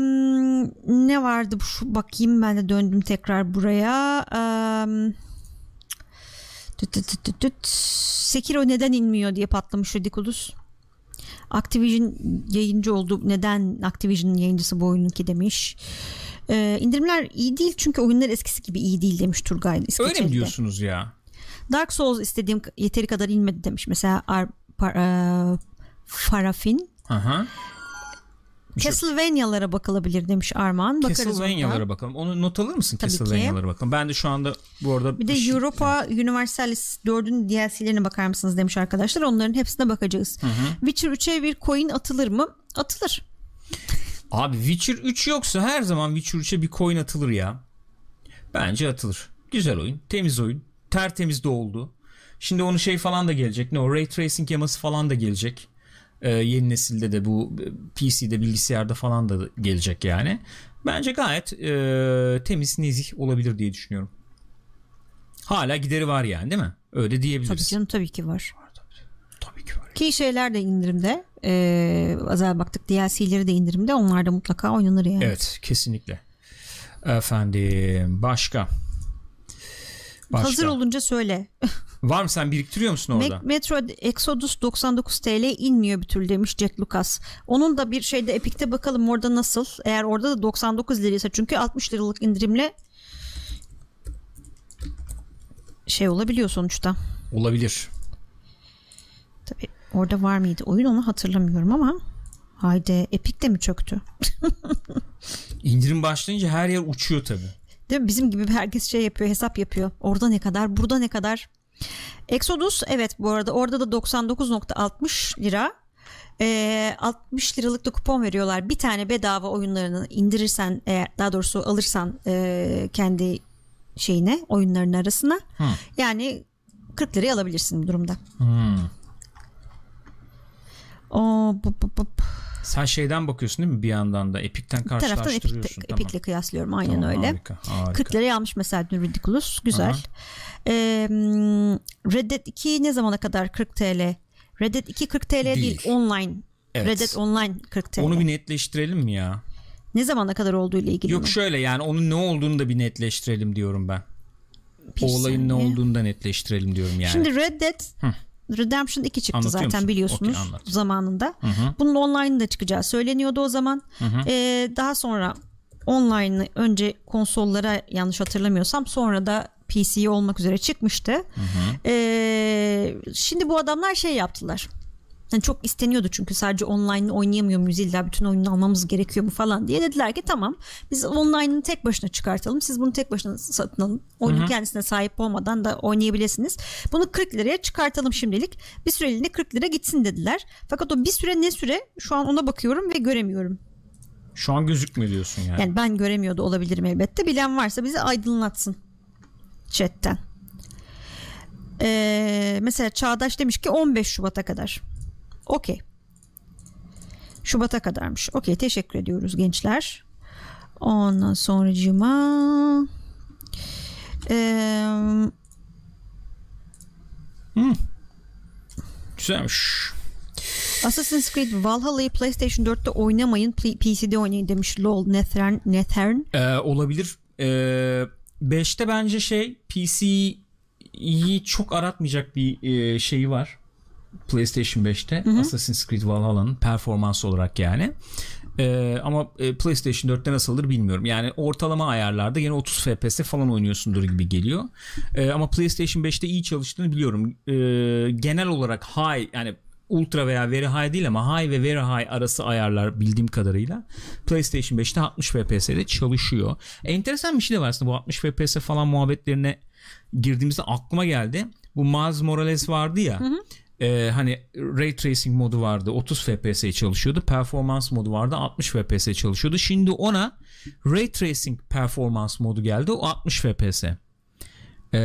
S2: ne vardı şu bakayım ben de döndüm tekrar buraya. Am, tüt tüt tüt tüt tüt. Sekiro neden inmiyor diye patlamış Ridiculous. Activision yayıncı oldu. Neden Activision'ın yayıncısı bu oyunun ki demiş. Ee, indirimler iyi değil çünkü oyunlar eskisi gibi iyi değil demiş Turgay.
S1: Öyle mi
S2: İskeçeli'de.
S1: diyorsunuz ya?
S2: Dark Souls istediğim yeteri kadar inmedi demiş. Mesela Ar- Par- e, Farafin.
S1: Aha. Çok-
S2: Castlevania'lara bakılabilir demiş Armağan. Bakarız
S1: Castlevania'lara
S2: oradan.
S1: bakalım. Onu not alır mısın
S2: Tabii ki.
S1: Castlevania'lara bakalım. Ben de şu anda bu arada
S2: Bir de
S1: şey-
S2: Europa Universalis 4'ün DLC'lerine bakar mısınız demiş arkadaşlar. Onların hepsine bakacağız. Witcher 3'e bir coin atılır mı? Atılır.
S1: Abi Witcher 3 yoksa her zaman Witcher 3'e bir coin atılır ya. Bence atılır. Güzel oyun. Temiz oyun. Tertemiz de oldu. Şimdi onun şey falan da gelecek. Ne o Ray Tracing yaması falan da gelecek. Ee, yeni nesilde de bu PC'de bilgisayarda falan da gelecek yani. Bence gayet e, temiz nezih olabilir diye düşünüyorum. Hala gideri var yani değil mi? Öyle
S2: Tabii
S1: diyebiliriz.
S2: canım tabii ki var.
S1: Tabii ki var.
S2: Ki şeyler de indirimde. Ee, az evvel baktık DLC'leri de indirimde. Onlar da mutlaka oynanır yani.
S1: Evet kesinlikle. Efendim başka. başka.
S2: Hazır olunca söyle.
S1: Var mı sen biriktiriyor musun orada?
S2: Mac- Metro Exodus 99 TL inmiyor bir türlü demiş Jack Lucas. Onun da bir şeyde Epic'te bakalım orada nasıl. Eğer orada da 99 liraysa çünkü 60 liralık indirimle şey olabiliyor sonuçta.
S1: Olabilir.
S2: Tabii orada var mıydı oyun onu hatırlamıyorum ama haydi Epic'te mi çöktü?
S1: İndirim başlayınca her yer uçuyor tabii.
S2: Değil mi? Bizim gibi herkes şey yapıyor, hesap yapıyor. Orada ne kadar, burada ne kadar. Exodus evet bu arada orada da 99.60 lira. Ee, 60 liralık da kupon veriyorlar. Bir tane bedava oyunlarını indirirsen eğer daha doğrusu alırsan ee, kendi şeyine oyunların arasına yani 40 liraya
S1: Hmm.
S2: alabilirsin bu durumda. O, bu, bu, bu, bu.
S1: Sen şeyden bakıyorsun değil mi bir yandan da Epic'ten
S2: Bir taraftan
S1: karşılaştırıyorsun.
S2: Epic'le
S1: Tamam.
S2: Epic'le kıyaslıyorum aynen
S1: Tamam,
S2: öyle.
S1: Harika, harika.
S2: 40 liraya almış mesela dün Ridiculous. Güzel.
S1: Aha.
S2: Ee, Red Dead 2 ne zamana kadar 40 TL? Red Dead 2 40 TL değil,
S4: Değil.
S2: online.
S1: Evet.
S2: Red Dead Online 40 TL.
S1: Onu bir netleştirelim mi ya?
S2: Ne zamana kadar olduğu ile ilgili
S1: Yok
S2: mi?
S1: şöyle yani onun ne olduğunu da bir netleştirelim diyorum ben.
S2: Bir
S1: o olayın ne
S2: saniye.
S1: olduğunu da netleştirelim diyorum yani.
S2: Şimdi Red Dead Redemption 2 çıktı
S1: Anlatıyor
S2: zaten
S1: musun?
S2: biliyorsunuz
S1: Okey, anlat.
S2: zamanında. Bunun online'ı da çıkacağı söyleniyordu o zaman. Ee, daha sonra online'ı önce konsollara yanlış hatırlamıyorsam sonra da PC'ye olmak üzere çıkmıştı. Ee, şimdi bu adamlar şey yaptılar. Yani çok isteniyordu çünkü sadece online oynayamıyor muyuz illa bütün oyunu almamız gerekiyor mu falan diye dediler ki tamam biz online'ını tek başına çıkartalım siz bunu tek başına satın alın oyunun kendisine sahip olmadan da oynayabilirsiniz bunu 40 liraya çıkartalım şimdilik bir süreliğine 40 lira gitsin dediler fakat o bir süre ne süre şu an ona bakıyorum ve göremiyorum
S1: Şu an gözükmüyor diyorsun yani.
S2: yani ben göremiyordu olabilirim elbette. Bilen varsa bizi aydınlatsın chatten. Ee, mesela Çağdaş demiş ki 15 Şubat'a kadar. Okey. Şubat'a kadarmış. Okey teşekkür ediyoruz gençler. Ondan sonracığıma... Ee,
S1: Güzelmiş.
S2: Assassin's Creed Valhalla'yı PlayStation 4'te oynamayın P- PC'de oynayın demiş LOL Nethern, Nethern.
S1: Ee, olabilir. Ee, 5'te bence şey PC'yi çok aratmayacak bir e, şeyi var. PlayStation 5'te Assassin's Creed Valhalla'nın performansı olarak yani. Ee, ama e, PlayStation 4'te nasıldır bilmiyorum. Yani ortalama ayarlarda yine 30 FPS falan oynuyorsundur gibi geliyor. Ee, ama PlayStation 5'te iyi çalıştığını biliyorum. Ee, genel olarak high yani ultra veya very high değil ama high ve very high arası ayarlar bildiğim kadarıyla PlayStation 5'te 60 FPS'de çalışıyor. Enteresan bir şey de var aslında bu 60 FPS falan muhabbetlerine girdiğimizde aklıma geldi. Bu Miles Morales vardı ya. e, hani ray tracing modu vardı 30 FPS çalışıyordu. Performans modu vardı 60 FPS çalışıyordu. Şimdi ona ray tracing performans modu geldi. O 60 FPS. Ee,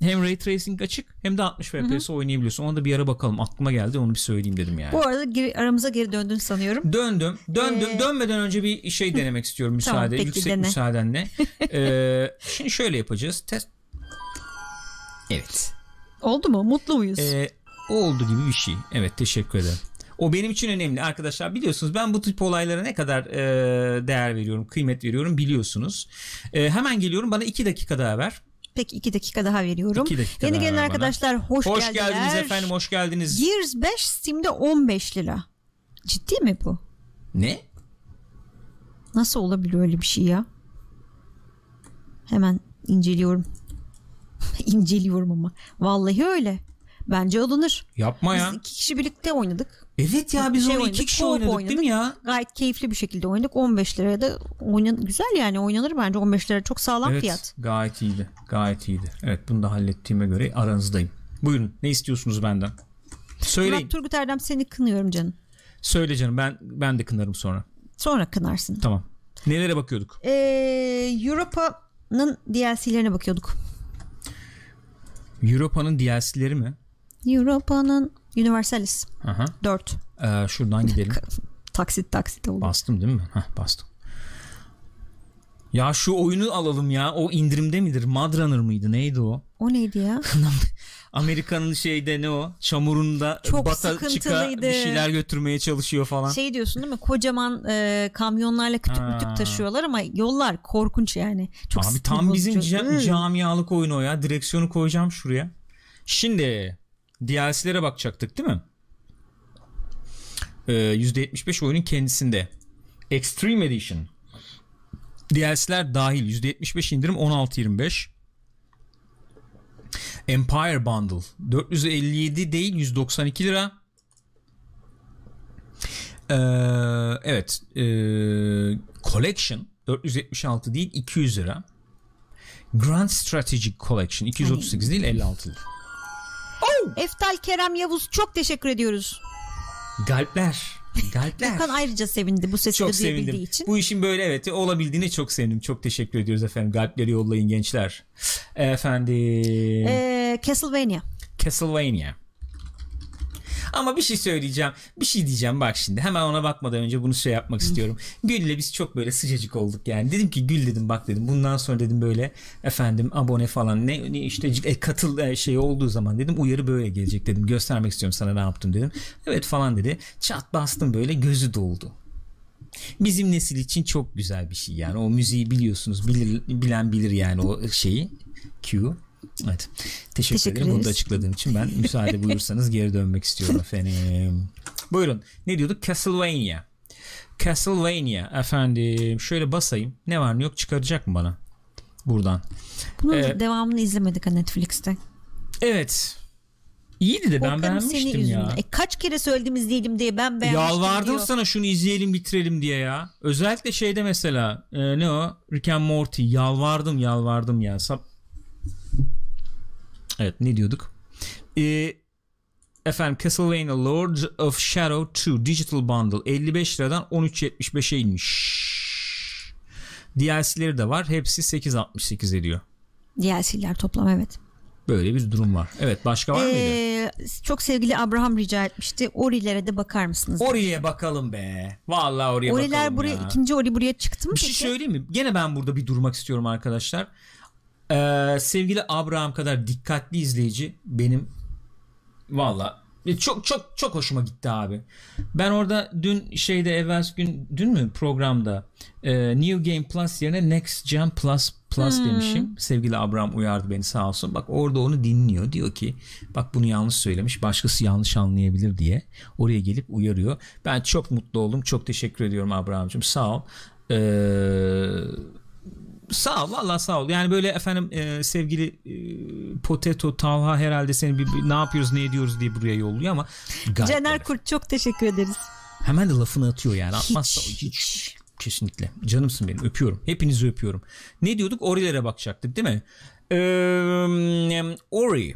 S1: hem ray tracing açık hem de 60 FPS oynayabiliyorsun. Ona da bir ara bakalım. Aklıma geldi onu bir söyleyeyim dedim yani.
S2: Bu arada geri- aramıza geri döndün sanıyorum.
S1: Döndüm. Döndüm.
S2: Ee,
S1: Dönmeden önce bir şey denemek istiyorum müsaade.
S2: Tamam, peki,
S1: yüksek
S2: dene.
S1: müsaadenle. Ee, şimdi şöyle yapacağız. Test. Evet.
S2: Oldu mu? Mutlu muyuz?
S1: Ee, o oldu gibi bir şey. Evet teşekkür ederim. O benim için önemli arkadaşlar biliyorsunuz ben bu tip olaylara ne kadar e, değer veriyorum kıymet veriyorum biliyorsunuz. E, hemen geliyorum bana iki dakika daha ver.
S2: Peki iki dakika daha veriyorum.
S1: İki dakika
S2: Yeni
S1: daha
S2: gelen
S1: ver bana.
S2: arkadaşlar hoş,
S1: Hoş
S2: geldiler.
S1: geldiniz efendim hoş geldiniz.
S2: Gears 5 Steam'de 15 lira. Ciddi mi bu?
S1: ne?
S2: Nasıl olabiliyor öyle bir şey ya? Hemen inceliyorum. inceliyorum ama. Vallahi öyle. Bence alınır.
S1: Yapma ya.
S2: Biz iki kişi birlikte oynadık.
S1: Evet ya biz
S2: Şey
S1: onu iki
S2: oynadık,
S1: kişi
S2: co-op
S1: oynadık, değil mi ya?
S2: Gayet keyifli bir şekilde oynadık. 15 liraya da oynan güzel yani oynanır bence. 15 lira çok sağlam
S1: evet,
S2: fiyat.
S1: Gayet iyiydi. Gayet iyiydi. Evet bunu da hallettiğime göre aranızdayım. Buyurun ne istiyorsunuz benden? Söyleyin.
S2: Murat Turgut Erdem seni kınıyorum canım.
S1: Söyle canım ben ben de kınarım sonra.
S2: Sonra kınarsın.
S1: Tamam. Nelere bakıyorduk?
S2: Ee, Europa'nın DLC'lerine bakıyorduk.
S1: Europa'nın DLC'leri mi?
S2: Europa'nın Universalis
S1: Aha.
S2: 4.
S1: Ee, şuradan gidelim.
S2: Taksit taksit oldu.
S1: Bastım değil mi? Hah bastım. Ya şu oyunu alalım ya. O indirimde midir? Madrunner mıydı? Neydi o?
S2: O neydi ya?
S1: Amerika'nın şeyde ne o? Çamurunda
S2: Çok
S1: bata çıka
S2: sıkıntılıydı.
S1: bir şeyler götürmeye çalışıyor falan.
S2: şey diyorsun değil mi? Kocaman e, kamyonlarla kütük
S1: Ha.
S2: mütük taşıyorlar ama yollar korkunç yani. Çok
S1: Abi
S2: sinir
S1: tam bizim
S2: bozucu.
S1: ca-
S2: Hmm.
S1: camialık oyunu o ya. Direksiyonu koyacağım şuraya. Şimdi DLC'lere bakacaktık değil mi? Ee, %75 oyunun kendisinde. Extreme Edition. DLC'ler dahil. %75 indirim 16.25. Empire Bundle. 457 değil 192 lira. Ee, evet. ee, collection 476 değil 200 lira. Grand Strategic Collection 238 değil 56 lira.
S2: Eftal Kerem Yavuz çok teşekkür ediyoruz.
S1: Galpler. Galpler.
S2: Okan ayrıca sevindi bu sesi
S1: çok
S2: de duyabildiği
S1: sevindim.
S2: için.
S1: Bu işin böyle evet olabildiğine çok sevindim. Çok teşekkür ediyoruz efendim. Galpleri yollayın gençler. Efendim.
S2: Ee, E, Castlevania.
S1: Castlevania. Ama bir şey söyleyeceğim. Bir şey diyeceğim bak şimdi. Hemen ona bakmadan önce bunu şey yapmak istiyorum. Gül'le biz çok böyle sıcacık olduk yani. Dedim ki Gül dedim bak dedim. Bundan sonra dedim böyle efendim abone falan ne, ne işte e, katıl e, şey olduğu zaman dedim uyarı böyle gelecek dedim. Göstermek istiyorum sana ne yaptım dedim. Evet falan dedi. Çat bastım böyle gözü doldu bizim nesil için çok güzel bir şey yani o müziği biliyorsunuz bilir, bilen bilir yani o şeyi Q Evet. Teşekkür,
S2: Teşekkür
S1: ederim. Bunu da
S2: ederiz.
S1: açıkladığım için ben müsaade buyurursanız geri dönmek istiyorum efendim. Buyurun. Ne diyorduk? Castlevania. Castlevania efendim. Şöyle basayım. Ne var ne yok çıkaracak mı bana? Buradan.
S2: Bunun
S1: Ee,
S2: devamını izlemedik ha Netflix'te.
S1: Evet. İyiydi de ben
S2: Volkan'ın senin
S1: beğenmiştim ya.
S2: yüzünden. E, kaç kere söyledim izleyelim diye ben beğenmiştim
S1: Yalvardım
S2: diyor.
S1: sana şunu izleyelim bitirelim diye ya. Özellikle şeyde mesela e, ne o? Rick and Morty. Yalvardım yalvardım ya. Sap... Evet ne diyorduk? E, efendim Castlevania Lords of Shadow 2 Digital Bundle 55 liradan 13.75'e inmiş. DLC'leri de var. Hepsi 8.68 ediyor.
S2: DLC'ler toplam evet.
S1: Böyle bir durum var. Evet başka var mıydı?
S2: Ee, çok sevgili Abraham rica etmişti. Orilere de bakar mısınız?
S1: Oraya bakalım be. Vallahi oraya
S2: Oriler
S1: bakalım
S2: buraya
S1: ya.
S2: ikinci Ori buraya çıktı mı?
S1: Bir şey
S2: peki?
S1: söyleyeyim mi? Gene ben burada bir durmak istiyorum arkadaşlar. Ee, sevgili Abraham kadar dikkatli izleyici benim valla E, çok çok çok hoşuma gitti abi. Ben orada dün şeyde evvel gün dün mü programda e, New Game Plus yerine Next Gen Plus Plus demişim. Sevgili Abraham uyardı beni sağ olsun. Bak orada onu dinliyor. Diyor ki bak bunu yanlış söylemiş. Başkası yanlış anlayabilir diye. Oraya gelip uyarıyor. Ben çok mutlu oldum. Çok teşekkür ediyorum Abraham'cığım. Sağ ol. E, Eee Sağ ol valla sağ ol. Yani böyle efendim e, sevgili e, Potato Talha herhalde seni bir, bir ne yapıyoruz ne ediyoruz diye buraya yolluyor ama gayet
S2: Caner Kurt çok teşekkür ederiz.
S1: hemen de lafını atıyor yani. Atmazsa
S2: Hiç,
S1: hiç. Kesinlikle. Canımsın benim. Öpüyorum. Hepinizi öpüyorum. Ne diyorduk? Ori'lere bakacaktık değil mi? Ee, Ori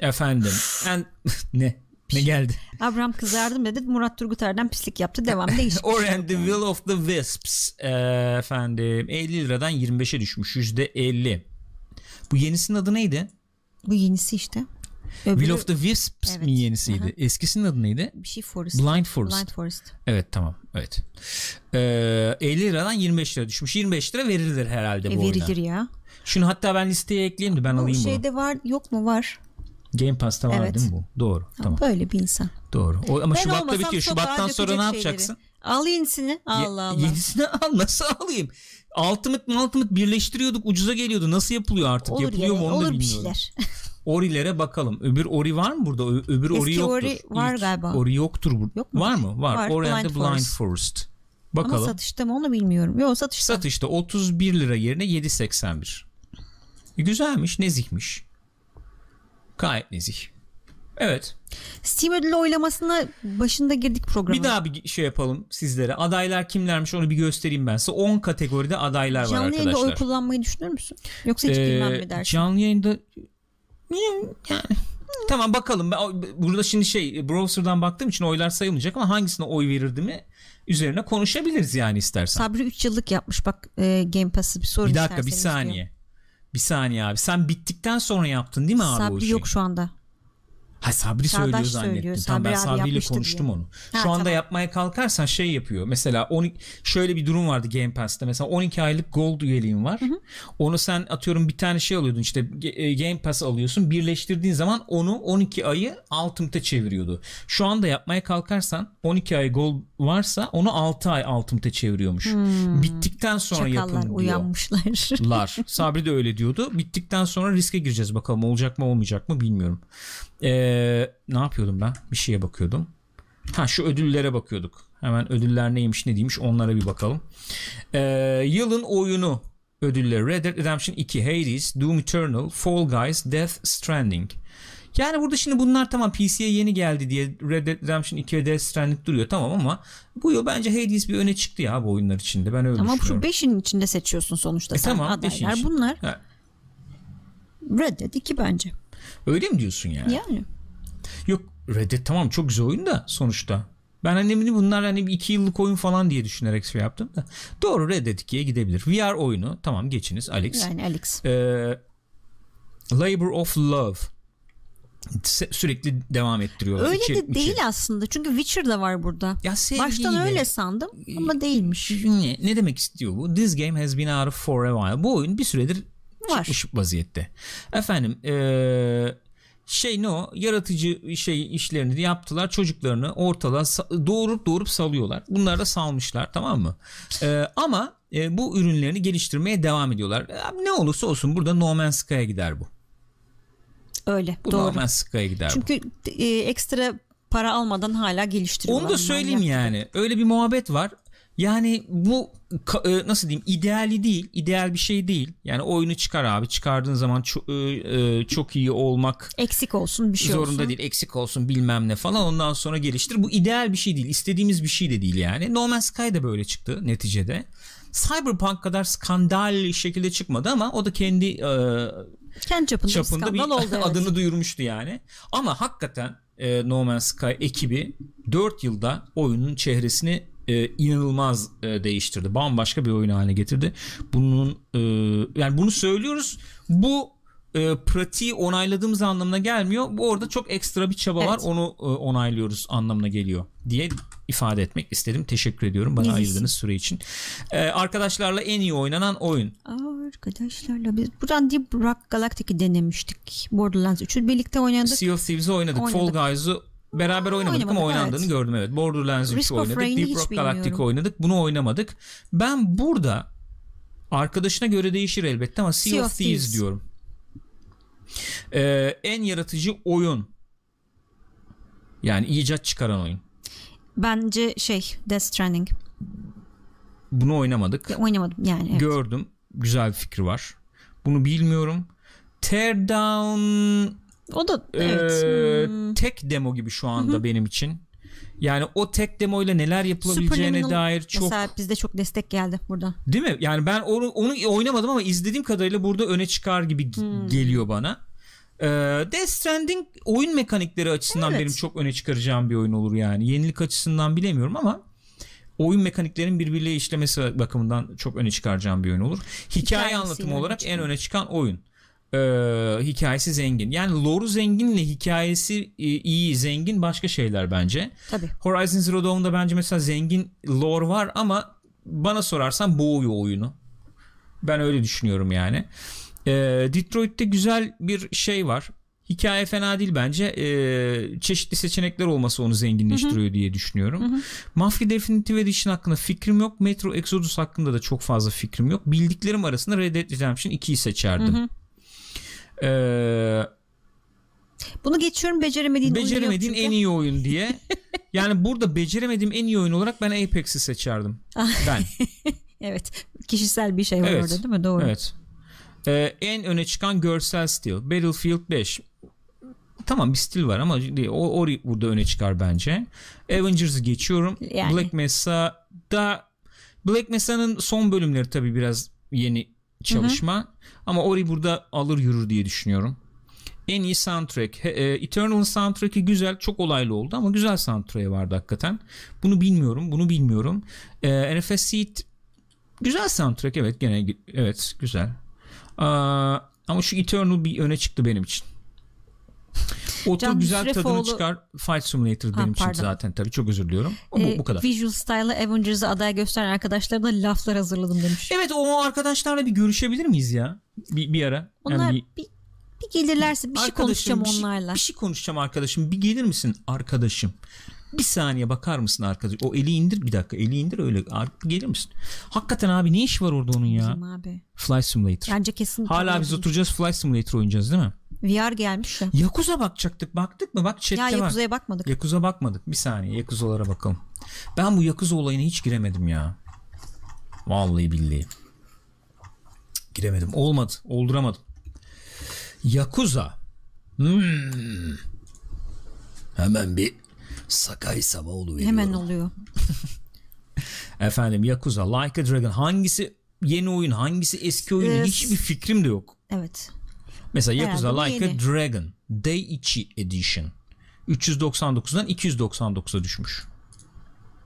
S1: efendim. And, ne? Ne geldi?
S2: Abraham kızardım dedi. Murat Turgut Erdem pislik yaptı. Devam değişik.
S1: Ori and the Will of the Wisps Ee, efendim 50 liradan 25'e düşmüş. %50. Bu yenisinin adı neydi?
S2: Bu yenisi işte. Öbürü
S1: Will of the Wisps
S2: Evet.
S1: mi yenisiydi?
S2: Aha.
S1: Eskisinin adı neydi?
S2: bir şey Forest.
S1: Blind Forest.
S2: Blind Forest.
S1: Evet tamam. Evet. Ee, 50 liradan 25 lira düşmüş. 25 lira verilir herhalde
S2: E,
S1: bu
S2: verilir
S1: oyuna.
S2: ya.
S1: Şunu hatta ben listeye ekleyeyim de ben
S2: Bu
S1: alayım
S2: şeyde var yok mu var?
S1: bunu. Game Pass'ta var
S2: Evet.
S1: değil mi bu? Doğru. Tamam.
S2: Böyle bir insan.
S1: Doğru. O, ama
S2: Ben
S1: Şubat'ta
S2: olmasam
S1: bitiyor.
S2: sokağa
S1: Şubat'tan
S2: dökecek
S1: sonra ne
S2: şeyleri.
S1: yapacaksın?
S2: Al yenisini.
S1: Ye-
S2: Allah Allah.
S1: Yenisini al. Nasıl alayım? Ultimate mı Ultimate birleştiriyorduk. Ucuza geliyordu. Nasıl yapılıyor artık?
S2: olur
S1: Yapılıyor
S2: yere,
S1: mu onu da
S2: olur bir
S1: bilmiyorum.
S2: şeyler.
S1: Orilere bakalım. Öbür Ori var mı burada? Ö- Öbür Ori
S2: Eski
S1: yoktur.
S2: Ori var galiba.
S1: Ori yoktur burada.
S2: Yok mu?
S1: Var mı? Var.
S2: Var.
S1: Ori and the
S2: Blind
S1: Blind
S2: Forest.
S1: Forest.
S2: Ama
S1: Bakalım.
S2: satışta mı onu bilmiyorum. Yok satışta.
S1: Satışta 31 lira yerine 7.81. E, Güzelmiş, nezihmiş. Gayet nezih. Evet.
S2: Steam ödülü oylamasına başında girdik programa.
S1: Bir daha bir şey yapalım sizlere. Adaylar kimlermiş onu bir göstereyim ben size. 10 kategoride adaylar var
S2: Canlı yayında
S1: arkadaşlar.
S2: oy kullanmayı düşünür müsün? Yoksa hiç girmem
S1: Ee,
S2: mi dersin?
S1: Canlı yayında yani tamam bakalım. Ben, burada şimdi şey browser'dan baktığım için oylar sayılmayacak ama hangisine oy verirdi mi üzerine konuşabiliriz yani istersen.
S2: Sabri 3 yıllık yapmış bak e, Game Pass'ı bir sorun
S1: bir dakika bir
S2: isterseniz
S1: saniye.
S2: diyor.
S1: Bir saniye abi. Sen bittikten sonra yaptın değil mi abi şey? o
S2: Sabri
S1: şeyi?
S2: yok şu anda.
S1: Ha Sabri
S2: Çağdaş
S1: söylüyor
S2: söylüyor.
S1: zannettim. tamam ben
S2: Sabri abi
S1: Sabri ile
S2: yapmıştı
S1: konuştum
S2: diye.
S1: onu. Şu
S2: Ha,
S1: anda
S2: tamam.
S1: yapmaya kalkarsan şey yapıyor. Mesela 12 şöyle bir durum vardı Game Pass'te. Mesela 12 aylık Gold üyeliğin var. Onu sen atıyorum bir tane şey alıyordun işte Ge- e, Game Pass alıyorsun. Birleştirdiğin zaman onu 12 ayı Ultimate'e çeviriyordu. Şu anda yapmaya kalkarsan 12 ay Gold varsa onu 6 ay Ultimate'e çeviriyormuş. Bittikten sonra
S2: Hmm. Çakallar
S1: yapın diyor.
S2: uyanmışlar.
S1: Lar. Sabri de öyle diyordu. Bittikten sonra riske gireceğiz bakalım olacak mı olmayacak mı bilmiyorum. Ee, ne yapıyordum ben? Bir şeye bakıyordum. Ha şu ödüllere bakıyorduk. Hemen ödüller neymiş ne değilmiş onlara bir bakalım. Ee, yılın oyunu ödülleri Red Dead Redemption 2, Hades, Doom Eternal, Fall Guys, Death Stranding. Yani burada şimdi bunlar tamam PC'ye yeni geldi diye Red Dead Redemption 2 ve Death Stranding duruyor tamam ama bu yıl bence Hades bir öne çıktı ya bu oyunlar içinde. Ben öyle
S2: Ama
S1: düşünüyorum.
S2: şu 5'in içinde seçiyorsun sonuçta
S1: E
S2: sen
S1: tamam, beşin
S2: adaylar.
S1: içinde.
S2: Bunlar
S1: Ha,
S2: Red Dead 2 bence.
S1: öyle mi diyorsun yani?
S2: Yani.
S1: Yok Red Dead tamam çok güzel oyun da sonuçta. Ben annemini bunlar hani bir iki yıllık oyun falan diye düşünerek şey yaptım da. Doğru Red Dead 2'ye gidebilir. VR oyunu tamam Ee, geçiniz Alex.
S2: Yani Alex.
S1: Ee, Labor of Love. Se- sürekli devam ettiriyorlar.
S2: Öyle
S1: İçeri-
S2: de değil
S1: içeri-
S2: aslında. Çünkü Witcher da var burada.
S1: Ya sevgi
S2: Baştan
S1: gibi.
S2: öyle sandım ama değilmiş.
S1: Ne, ne demek istiyor bu? This game has been out for a while. Bu oyun bir süredir
S2: Var.
S1: çıkmış vaziyette. Efendim eee, şey ne o yaratıcı şey işlerini de yaptılar çocuklarını ortalığa sa- doğurup doğurup salıyorlar. Bunlar da salmışlar tamam mı? Eee, ama eee, bu ürünlerini geliştirmeye devam ediyorlar. Eee, ne olursa olsun burada No Man's Sky'a gider bu.
S2: Öyle.
S1: Bu
S2: doğru.
S1: No Man's Sky'a gider bu.
S2: Çünkü e, ekstra para almadan hala geliştiriyorlar.
S1: Onu da
S2: bunlar
S1: söyleyeyim
S2: ya.
S1: yani. Öyle bir muhabbet var. Yani bu ka- e, nasıl diyeyim ideali değil. ideal bir şey değil. Yani oyunu çıkar abi. Çıkardığın zaman ço- e, e, çok iyi olmak
S2: Eksik olsun bir şey
S1: zorunda
S2: olsun.
S1: değil. Eksik olsun bilmem ne falan. Ondan sonra geliştir. Bu ideal bir şey değil. İstediğimiz bir şey de değil yani. No Man's Sky da böyle çıktı neticede. Cyberpunk kadar skandal şekilde çıkmadı ama o da kendi e,
S2: Kendi çapında, bir
S1: çapında bir
S2: skandal oldu. evet.
S1: adını duyurmuştu yani. Ama hakikaten e, No Man's Sky ekibi 4 yılda oyunun çehresini e, inanılmaz e, değiştirdi. Bambaşka bir oyun haline getirdi. Bunun e, yani bunu söylüyoruz. Bu e, pratiği onayladığımız anlamına gelmiyor. Bu orada çok ekstra bir çaba
S2: Evet.
S1: var. Onu e, onaylıyoruz anlamına geliyor diye ifade etmek istedim. Teşekkür ediyorum bana
S2: Bilirsin.
S1: ayırdığınız süre için. E, arkadaşlarla en iyi oynanan oyun.
S2: Arkadaşlarla biz buradan Deep Rock Galactic'i denemiştik. Borderlands 3'ü birlikte oynadık.
S1: Sea of Thieves'i oynadık.
S2: Oynadık.
S1: Fall Guys'ı beraber oynamadık ama
S2: Oynamadık,
S1: oynandığını
S2: evet.
S1: gördüm evet. Borderlands 3
S2: Risk of
S1: oynadık.
S2: Rain'i
S1: Deep
S2: hiç
S1: Rock
S2: bilmiyorum.
S1: Galactic oynadık. Bunu oynamadık. Ben burada arkadaşına göre değişir elbette ama Sea,
S2: Sea
S1: of
S2: of
S1: Thieves,
S2: Thieves.
S1: diyorum. Ee, en yaratıcı oyun. Yani icat çıkaran oyun.
S2: Bence şey Death Stranding.
S1: Bunu oynamadık.
S2: Ya Oynamadım yani. evet.
S1: Gördüm. Güzel bir fikri var. Bunu bilmiyorum. Teardown
S2: o da
S1: Ee,
S2: evet. hmm.
S1: tek demo gibi şu anda benim için. Yani o tek demo ile neler yapılabileceğine
S2: Superliminal
S1: dair çok
S2: Mesela bizde çok destek geldi buradan.
S1: değil mi? Yani ben onu, onu oynamadım ama izlediğim kadarıyla burada öne çıkar gibi g- geliyor bana. Ee, Death Stranding oyun mekanikleri açısından
S2: Evet.
S1: benim çok öne çıkaracağım bir oyun olur yani. Yenilik açısından bilemiyorum ama oyun mekaniklerin birbirleriyle işlemesi bakımından çok öne çıkaracağım bir oyun olur. Hikaye
S2: Hikayesiyle
S1: anlatımı
S2: öne
S1: olarak en
S2: çıkan.
S1: öne çıkan oyun. Ee, hikayesi zengin. Yani lore'u zenginle hikayesi e, iyi, zengin başka şeyler bence.
S2: Tabii.
S1: Horizon Zero Dawn'da bence mesela zengin lore var ama bana sorarsan boğuyor oyunu. Ben öyle düşünüyorum yani. Ee, Detroit'te güzel bir şey var. Hikaye fena değil bence. Ee, çeşitli seçenekler olması onu zenginleştiriyor diye düşünüyorum. Mafia Definitive Edition hakkında fikrim yok. Metro Exodus hakkında da çok fazla fikrim yok. Bildiklerim arasında Red Dead Redemption 2'yi seçerdim. Ee,
S2: Bunu geçiyorum beceremediğin oyunu yok
S1: beceremediğin
S2: çünkü.
S1: en iyi oyun diye. yani burada beceremediğim en iyi oyun olarak ben Apex'i seçerdim.
S2: Ah,
S1: ben.
S2: Evet. Kişisel bir şey var
S1: Evet.
S2: orada değil mi? Doğru.
S1: Evet. Ee, en öne çıkan görsel stil. Battlefield 5. Tamam bir stil var ama o, o burada öne çıkar bence. Avengers'ı geçiyorum.
S2: Yani.
S1: Black Mesa'da Black Mesa'nın son bölümleri tabii biraz yeni çalışma. Ama Ori burada alır yürür diye düşünüyorum. En iyi soundtrack. He- e, Eternal soundtrack'i güzel. Çok olaylı oldu ama güzel soundtrack'i vardı hakikaten. Bunu bilmiyorum. Bunu bilmiyorum. E, NFS Seed güzel soundtrack evet gene evet güzel. Aa, ama şu Eternal bir öne çıktı benim için. Otur
S2: Can
S1: güzel tadını
S2: Şerefoğlu-
S1: çıkar. Fight Simulator
S2: Ha,
S1: benim için
S2: pardon.
S1: zaten tabii çok özür diliyorum. Ama bu-
S2: Ee,
S1: bu kadar.
S2: Visual Style'ı Avengers'ı aday gösteren arkadaşlarına laflar hazırladım demiş.
S1: Evet o arkadaşlarla bir görüşebilir miyiz ya? Bir, bir ara.
S2: Onlar
S1: Yani bir-
S2: bir, bir gelirlerse bir şey
S1: Arkadaşım,
S2: konuşacağım
S1: bir şey-
S2: onlarla.
S1: Bir şey konuşacağım arkadaşım. Bir gelir misin arkadaşım? Bir saniye bakar mısın arkadaş? O eli indir bir dakika. Eli indir öyle. Ar- Gelir misin? Hakikaten abi ne iş var orada onun ya?
S2: Bizim abi.
S1: Fly Simulator.
S2: Bence kesin.
S1: Hala biz oturacağız Fly Simulator oynayacağız değil mi?
S2: VR gelmiş de.
S1: Yakuza bakacaktık. Baktık mı? Bak
S2: Ya
S1: chatte var.
S2: Yakuza'ya bakmadık.
S1: Yakuza bakmadık. Bir saniye Yakuzalara bakalım. Ben bu Yakuza olayına hiç giremedim ya. Vallahi billahi. Cık, Giremedim. Olmadı. Olduramadım. Yakuza. Hmm. Hemen bir Sakai Sama veriyorum.
S2: Hemen oluyor.
S1: Efendim Yakuza, Like a Dragon. Hangisi yeni oyun, hangisi eski oyun?
S2: Ee,
S1: Hiçbir fikrim de yok.
S2: Evet.
S1: Mesela
S2: Herhalde
S1: Yakuza
S2: bu
S1: Like
S2: yeni.
S1: a Dragon Day 2 Edition 399'dan 299'a düşmüş.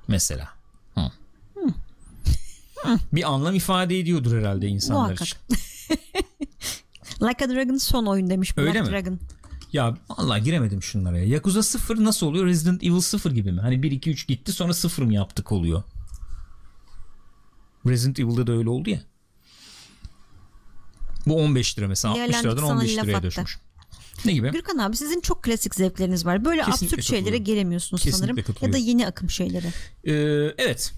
S1: Mesela. Hı. Bir anlam ifade ediyordur herhalde insanlar
S2: Muhakkak.
S1: için.
S2: Like a Dragon son oyun demiş. Black
S1: Öyle mi?
S2: Dragon.
S1: Ya Allah giremedim şunlara ya. Yakuza 0 nasıl oluyor? Resident Evil 0 gibi mi? Hani 1 2 3 gitti sonra 0 mı yaptık oluyor? Resident Evil'da da öyle oldu ya. Bu 15 lira mesela
S2: Leyla'nın
S1: 60 liradan
S2: sana
S1: 15
S2: laf
S1: liraya
S2: attı.
S1: düşmüş. Ne gibi?
S2: Gürkan abi sizin çok klasik zevkleriniz var. Böyle
S1: Kesinlikle
S2: absürt şeylere
S1: katılıyorum.
S2: gelemiyorsunuz
S1: Kesinlikle
S2: sanırım. Ya da
S1: katılıyorum.
S2: yeni akım şeylere.
S1: Ee, evet.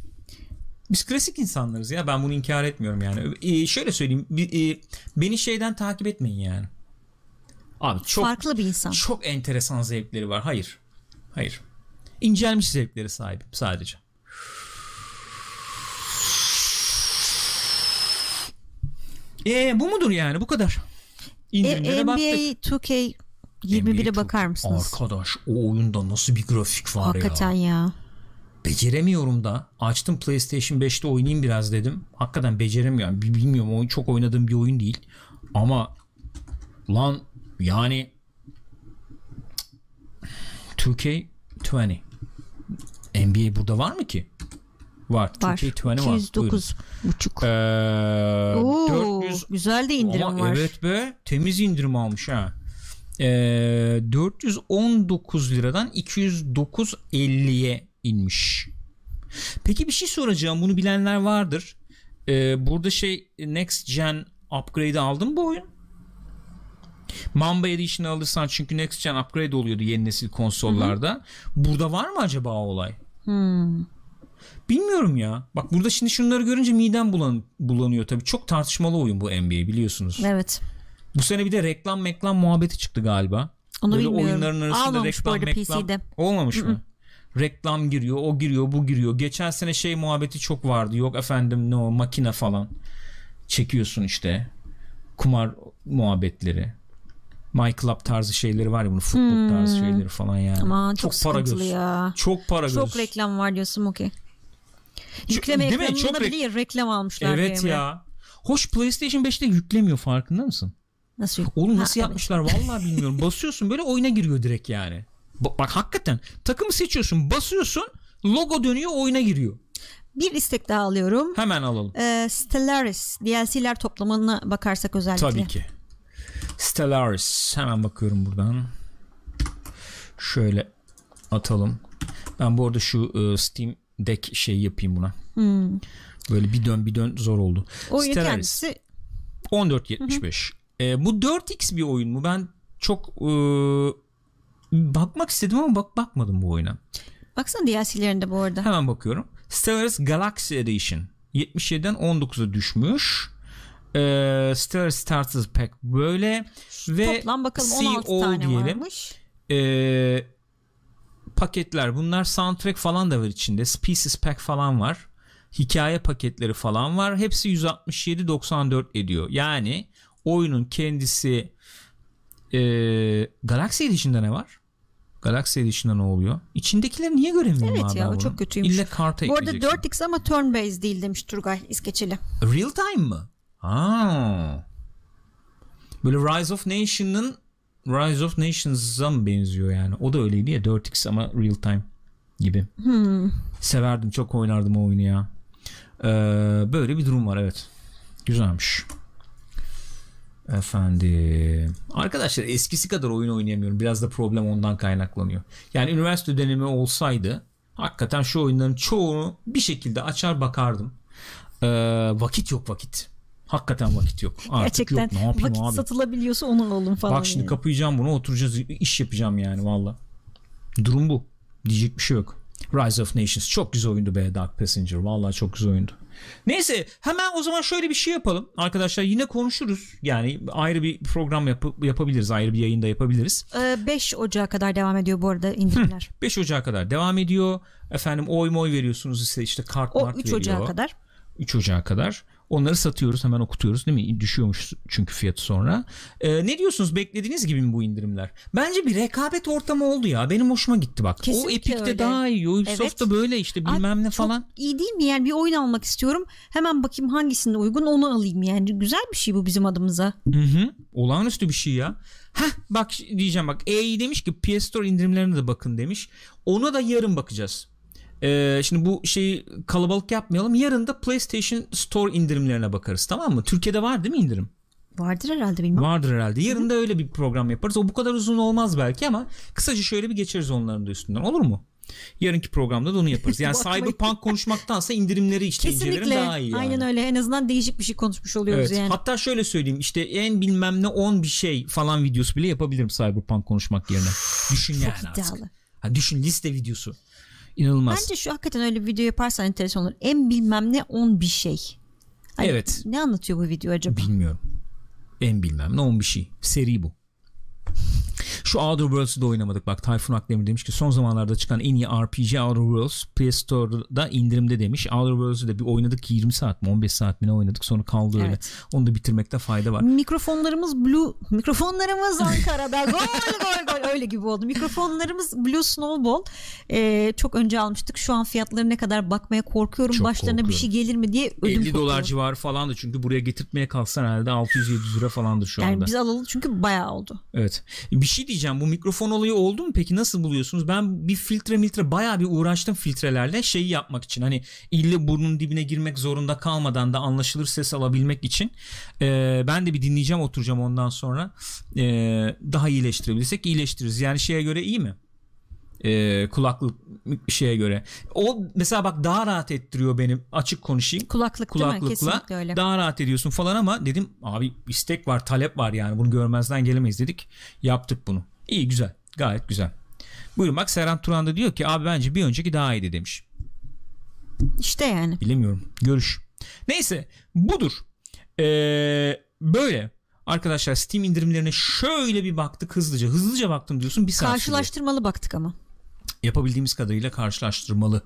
S1: Biz klasik insanlarız ya. Ben bunu inkar etmiyorum yani. Ee, şöyle söyleyeyim. bi- e, beni şeyden takip etmeyin yani. Abi çok
S2: Farklı bir insan.
S1: çok enteresan zevkleri var. Hayır. Hayır. İncelmiş zevklere sahibim sadece. Ee, bu mudur yani? Bu kadar.
S2: E,
S1: İndirimlere
S2: NBA
S1: baktık.
S2: 2K
S1: NBA
S2: 21'e
S1: çok-
S2: bakar mısınız?
S1: Arkadaş o oyunda nasıl bir grafik var
S2: Hakikaten
S1: ya.
S2: ya.
S1: Beceremiyorum da. Açtım PlayStation 5'te oynayayım biraz dedim. Hakikaten beceremiyorum. Bi- Bilmiyorum oyun çok oynadığım bir oyun değil. Ama lan yani 2K20 NBA burada var mı ki? Var.
S2: Var.
S1: 2K20 var. Buyurun.
S2: 209 buçuk.
S1: Ee,
S2: Oo,
S1: 400
S2: güzel de indirim
S1: ama
S2: var.
S1: Evet be temiz indirim almış ha. Ee, 419 liradan 209.50'ye inmiş. Peki bir şey soracağım bunu bilenler vardır. Ee, burada şey Next Gen upgrade aldın mı bu oyun? Mamba Edition'ı alırsan çünkü Next Gen upgrade oluyordu yeni nesil konsollarda. Burada var mı acaba o olay? Bilmiyorum ya. Bak burada şimdi şunları görünce midem bulan, bulanıyor tabii. Çok tartışmalı oyun bu NBA biliyorsunuz.
S2: Evet.
S1: Bu sene bir de reklam meklam muhabbeti çıktı galiba.
S2: Onu
S1: Böyle
S2: bilmiyorum.
S1: oyunların arasında
S2: Almamış
S1: reklam
S2: bu arada
S1: meklam.
S2: PC'de.
S1: Olmamış mı? Reklam giriyor, o giriyor, bu giriyor. Geçen sene şey muhabbeti çok vardı. Yok efendim ne o makine falan. Çekiyorsun işte. Kumar muhabbetleri. My Club tarzı şeyleri var ya bunun futbol tarzı şeyleri falan yani.
S2: Aman Hmm. çok,
S1: para
S2: sıkıntılı
S1: göz.
S2: ya.
S1: Çok para göz.
S2: Çok reklam var diyorsun okey. Yükleme
S1: değil mi?
S2: ekranına
S1: Çok re-
S2: bile reklam almışlar.
S1: Evet
S2: diyor Emre.
S1: ya. Hoş PlayStation 5'te yüklemiyor farkında mısın?
S2: Nasıl yük-
S1: Oğlum
S2: Ha,
S1: nasıl
S2: evet.
S1: yapmışlar vallahi bilmiyorum. Basıyorsun böyle oyuna giriyor direkt yani. Ba- Bak hakikaten takımı seçiyorsun, basıyorsun, logo dönüyor, oyuna giriyor.
S2: Bir istek daha alıyorum.
S1: Hemen alalım.
S2: Ee, Stellaris DLC'ler toplamına bakarsak özellikle.
S1: Tabii ki. Stellaris hemen bakıyorum buradan. Şöyle atalım. Ben bu arada şu e, Steam Deck şeyi yapayım buna. Böyle bir dön bir dön zor oldu.
S2: Oyun
S1: Stellaris.
S2: Hmm. kendisi
S1: 14.75. E, bu 4x bir oyun mu? Ben çok e, bakmak istedim ama bak bakmadım bu oyuna.
S2: baksana DLC'lerinde bu arada.
S1: Hemen bakıyorum. Stellaris Galaxy Edition 77'den 19'a düşmüş. Ee, Stellaris Starters Pack böyle ve
S2: Toplam bakalım 16
S1: CO
S2: tane
S1: diyelim.
S2: varmış.
S1: Ee, paketler bunlar soundtrack falan da var içinde. Species Pack falan var. Hikaye paketleri falan var. Hepsi 167.94 ediyor. Yani oyunun kendisi ee, Galaxy Edition'da ne var? Galaxy Edition'da ne oluyor? İçindekileri niye göremiyorum
S2: Evet
S1: abi
S2: ya,
S1: ben
S2: o
S1: bunu?
S2: çok kötüymüş.
S1: İlle karta
S2: Bu arada
S1: ekleyeceksin.
S2: 4X ama turn based değil demiş Turgay İskeçeli.
S1: Real time mı? Ha. Böyle Rise of Nation'ın Rise of Nations'a mı benziyor yani? O da öyleydi ya 4X ama real time gibi.
S2: Hmm.
S1: Severdim çok oynardım o oyunu ya. Ee, böyle bir durum var evet. Güzelmiş. Efendim. Arkadaşlar eskisi kadar oyun oynayamıyorum. Biraz da problem ondan kaynaklanıyor. Yani üniversite dönemi olsaydı hakikaten şu oyunların çoğunu bir şekilde açar bakardım. Ee, vakit yok vakit. Hakikaten vakit yok. Artık
S2: Gerçekten
S1: yok. Ne yapayım
S2: vakit
S1: abi?
S2: satılabiliyorsa onu alalım falan.
S1: Bak şimdi
S2: yani.
S1: kapayacağım bunu oturacağız iş yapacağım yani valla. Durum bu. Diyecek bir şey yok. Rise of Nations çok güzel oyundu be Dark Passenger. Valla çok güzel oyundu. Neyse hemen o zaman şöyle bir şey yapalım. Arkadaşlar yine konuşuruz. Yani ayrı bir program yapı- yapabiliriz. Ayrı bir yayında yapabiliriz.
S2: Ee, 5 Ocağı kadar devam ediyor bu arada indirimler.
S1: 5 Ocağı kadar devam ediyor. Efendim oy moy veriyorsunuz ise işte kart
S2: o
S1: mart
S2: 3
S1: veriyor.
S2: Ocağı kadar.
S1: 3 Ocağı kadar. Onları satıyoruz hemen okutuyoruz değil mi? Düşüyormuş çünkü fiyatı sonra. Ee, ne diyorsunuz beklediğiniz gibi mi bu indirimler? Bence bir rekabet ortamı oldu ya. Benim hoşuma gitti bak. o
S2: Kesinlikle
S1: Epic'te
S2: öyle.
S1: daha iyi. Ubisoft'ta
S2: Evet.
S1: böyle işte bilmem ne falan.
S2: Çok iyi değil mi yani bir oyun almak istiyorum. Hemen bakayım hangisinde uygun onu alayım yani. Güzel bir şey bu bizim adımıza.
S1: Hı hı. Olağanüstü bir şey ya. Heh bak ş- diyeceğim bak. EA demiş ki PS Store indirimlerine de bakın demiş. Ona da yarın bakacağız. Ee, şimdi bu şeyi kalabalık yapmayalım. Yarın da PlayStation Store indirimlerine bakarız tamam mı? Türkiye'de var değil mi indirim?
S2: Vardır herhalde bilmem.
S1: Vardır herhalde. Yarın da öyle bir program yaparız. O bu kadar uzun olmaz belki ama kısaca şöyle bir geçeriz onların da üstünden. Olur mu? Yarınki programda da onu yaparız. Yani
S2: Bu aklıma-
S1: Cyberpunk konuşmaktansa indirimleri işte incelerim
S2: Kesinlikle.
S1: daha iyi. Yani.
S2: Aynen öyle. En azından değişik bir şey konuşmuş oluyoruz
S1: Evet.
S2: yani.
S1: Hatta şöyle söyleyeyim işte en bilmem ne 10 bir şey falan videosu bile yapabilirim Cyberpunk konuşmak yerine. Düşün yani artık.
S2: İddialı.
S1: Ha, düşün liste videosu. İnanılmaz.
S2: Bence şu hakikaten öyle bir video yaparsan enteresan olur. En bilmem ne 10 bir şey. Hani
S1: Evet.
S2: Ne anlatıyor bu video acaba?
S1: Bilmiyorum. En bilmem ne 10 bir şey. Seri bu. Şu Outer Worlds'ı da oynamadık. Bak Tayfun Akdemir demiş ki son zamanlarda çıkan en iyi RPG Outer Worlds PS Store'da indirimde demiş. Outer Worlds'ı da bir oynadık 20 saat mi 15 saat mi ne oynadık sonra kaldı öyle.
S2: Evet.
S1: Onu da bitirmekte fayda var.
S2: Mikrofonlarımız blue mikrofonlarımız Ankara'da gol gol gol öyle gibi oldu. Mikrofonlarımız Blue Snowball Ee, çok önce almıştık. Şu an fiyatları ne kadar bakmaya korkuyorum.
S1: Çok
S2: Başlarına bir
S1: korkuyorum.
S2: şey gelir mi diye ödüm
S1: 50
S2: kopuyor.
S1: dolar civarı falandı çünkü buraya getirtmeye kalksan herhalde 600-700 lira falandır şu
S2: Yani
S1: anda.
S2: biz alalım çünkü bayağı oldu.
S1: Evet. Bir şey diyeceğim bu mikrofon olayı oldu mu peki nasıl buluyorsunuz? Ben bir filtre filtre bayağı bir uğraştım filtrelerle şeyi yapmak için. Hani ille burnun dibine girmek zorunda kalmadan da anlaşılır ses alabilmek için. Ee, ben de bir dinleyeceğim oturacağım ondan sonra. Ee, daha iyileştirebilirsek iyileştiririz. Yani şeye göre iyi mi? Ee, kulaklık şeye göre. O mesela bak daha rahat ettiriyor benim açık konuşayım
S2: Kulaklık, değil mi?
S1: kulaklıkla
S2: Kesinlikle öyle.
S1: daha rahat ediyorsun falan ama dedim abi istek var talep var yani bunu görmezden gelemeyiz dedik yaptık bunu iyi güzel gayet güzel buyurun bak Serhan Turan da diyor ki abi bence bir önceki daha iyiydi demiş
S2: İşte yani.
S1: bilemiyorum görüş neyse budur Ee, böyle arkadaşlar Steam indirimlerine şöyle bir baktık hızlıca hızlıca baktım diyorsun bir saat sürüyor.
S2: Karşılaştırmalı baktık ama.
S1: yapabildiğimiz kadarıyla karşılaştırmalı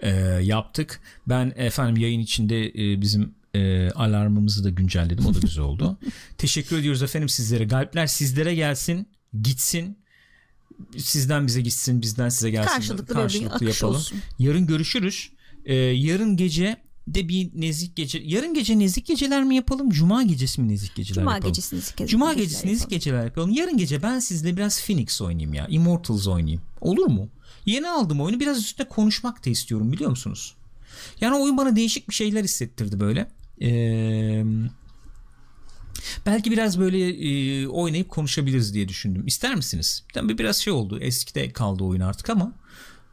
S1: e, yaptık. Ben efendim yayın içinde e, bizim e, alarmımızı da güncelledim. O da güzel oldu. Teşekkür ediyoruz efendim sizlere. Galpler sizlere gelsin, gitsin. Sizden bize gitsin, bizden size gelsin.
S2: Karşılıklı, böyle bir akış olsun.
S1: Yarın görüşürüz. E, yarın gece de bir nezik gece. Yarın gece nezik geceler mi yapalım? Cuma gecesi mi nezik geceler
S2: Cuma
S1: yapalım?
S2: gecesi nezik geceler
S1: Cuma
S2: yapalım.
S1: gecesi nezik geceler yapalım. Yarın gece ben sizle biraz Phoenix oynayayım ya. Immortals oynayayım. Olur mu? Yeni aldım oyunu. Biraz üstüne konuşmak da istiyorum biliyor musunuz? Yani oyun bana değişik bir şeyler hissettirdi böyle. Ee, belki biraz böyle e, oynayıp konuşabiliriz diye düşündüm. İster misiniz? Tabii biraz şey oldu. Eskide kaldı oyun artık ama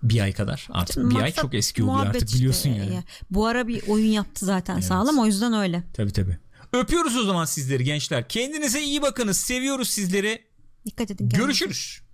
S1: bir ay kadar artık. bir ay
S2: Maksat
S1: çok eski oluyor
S2: muhabbet
S1: artık
S2: işte
S1: biliyorsun yani.
S2: ya. Bu ara bir oyun yaptı zaten sağlam o yüzden öyle.
S1: Tabii tabii. Öpüyoruz o zaman sizleri gençler. Kendinize iyi bakınız. Seviyoruz sizleri.
S2: Dikkat edin. kendinize.
S1: Görüşürüz.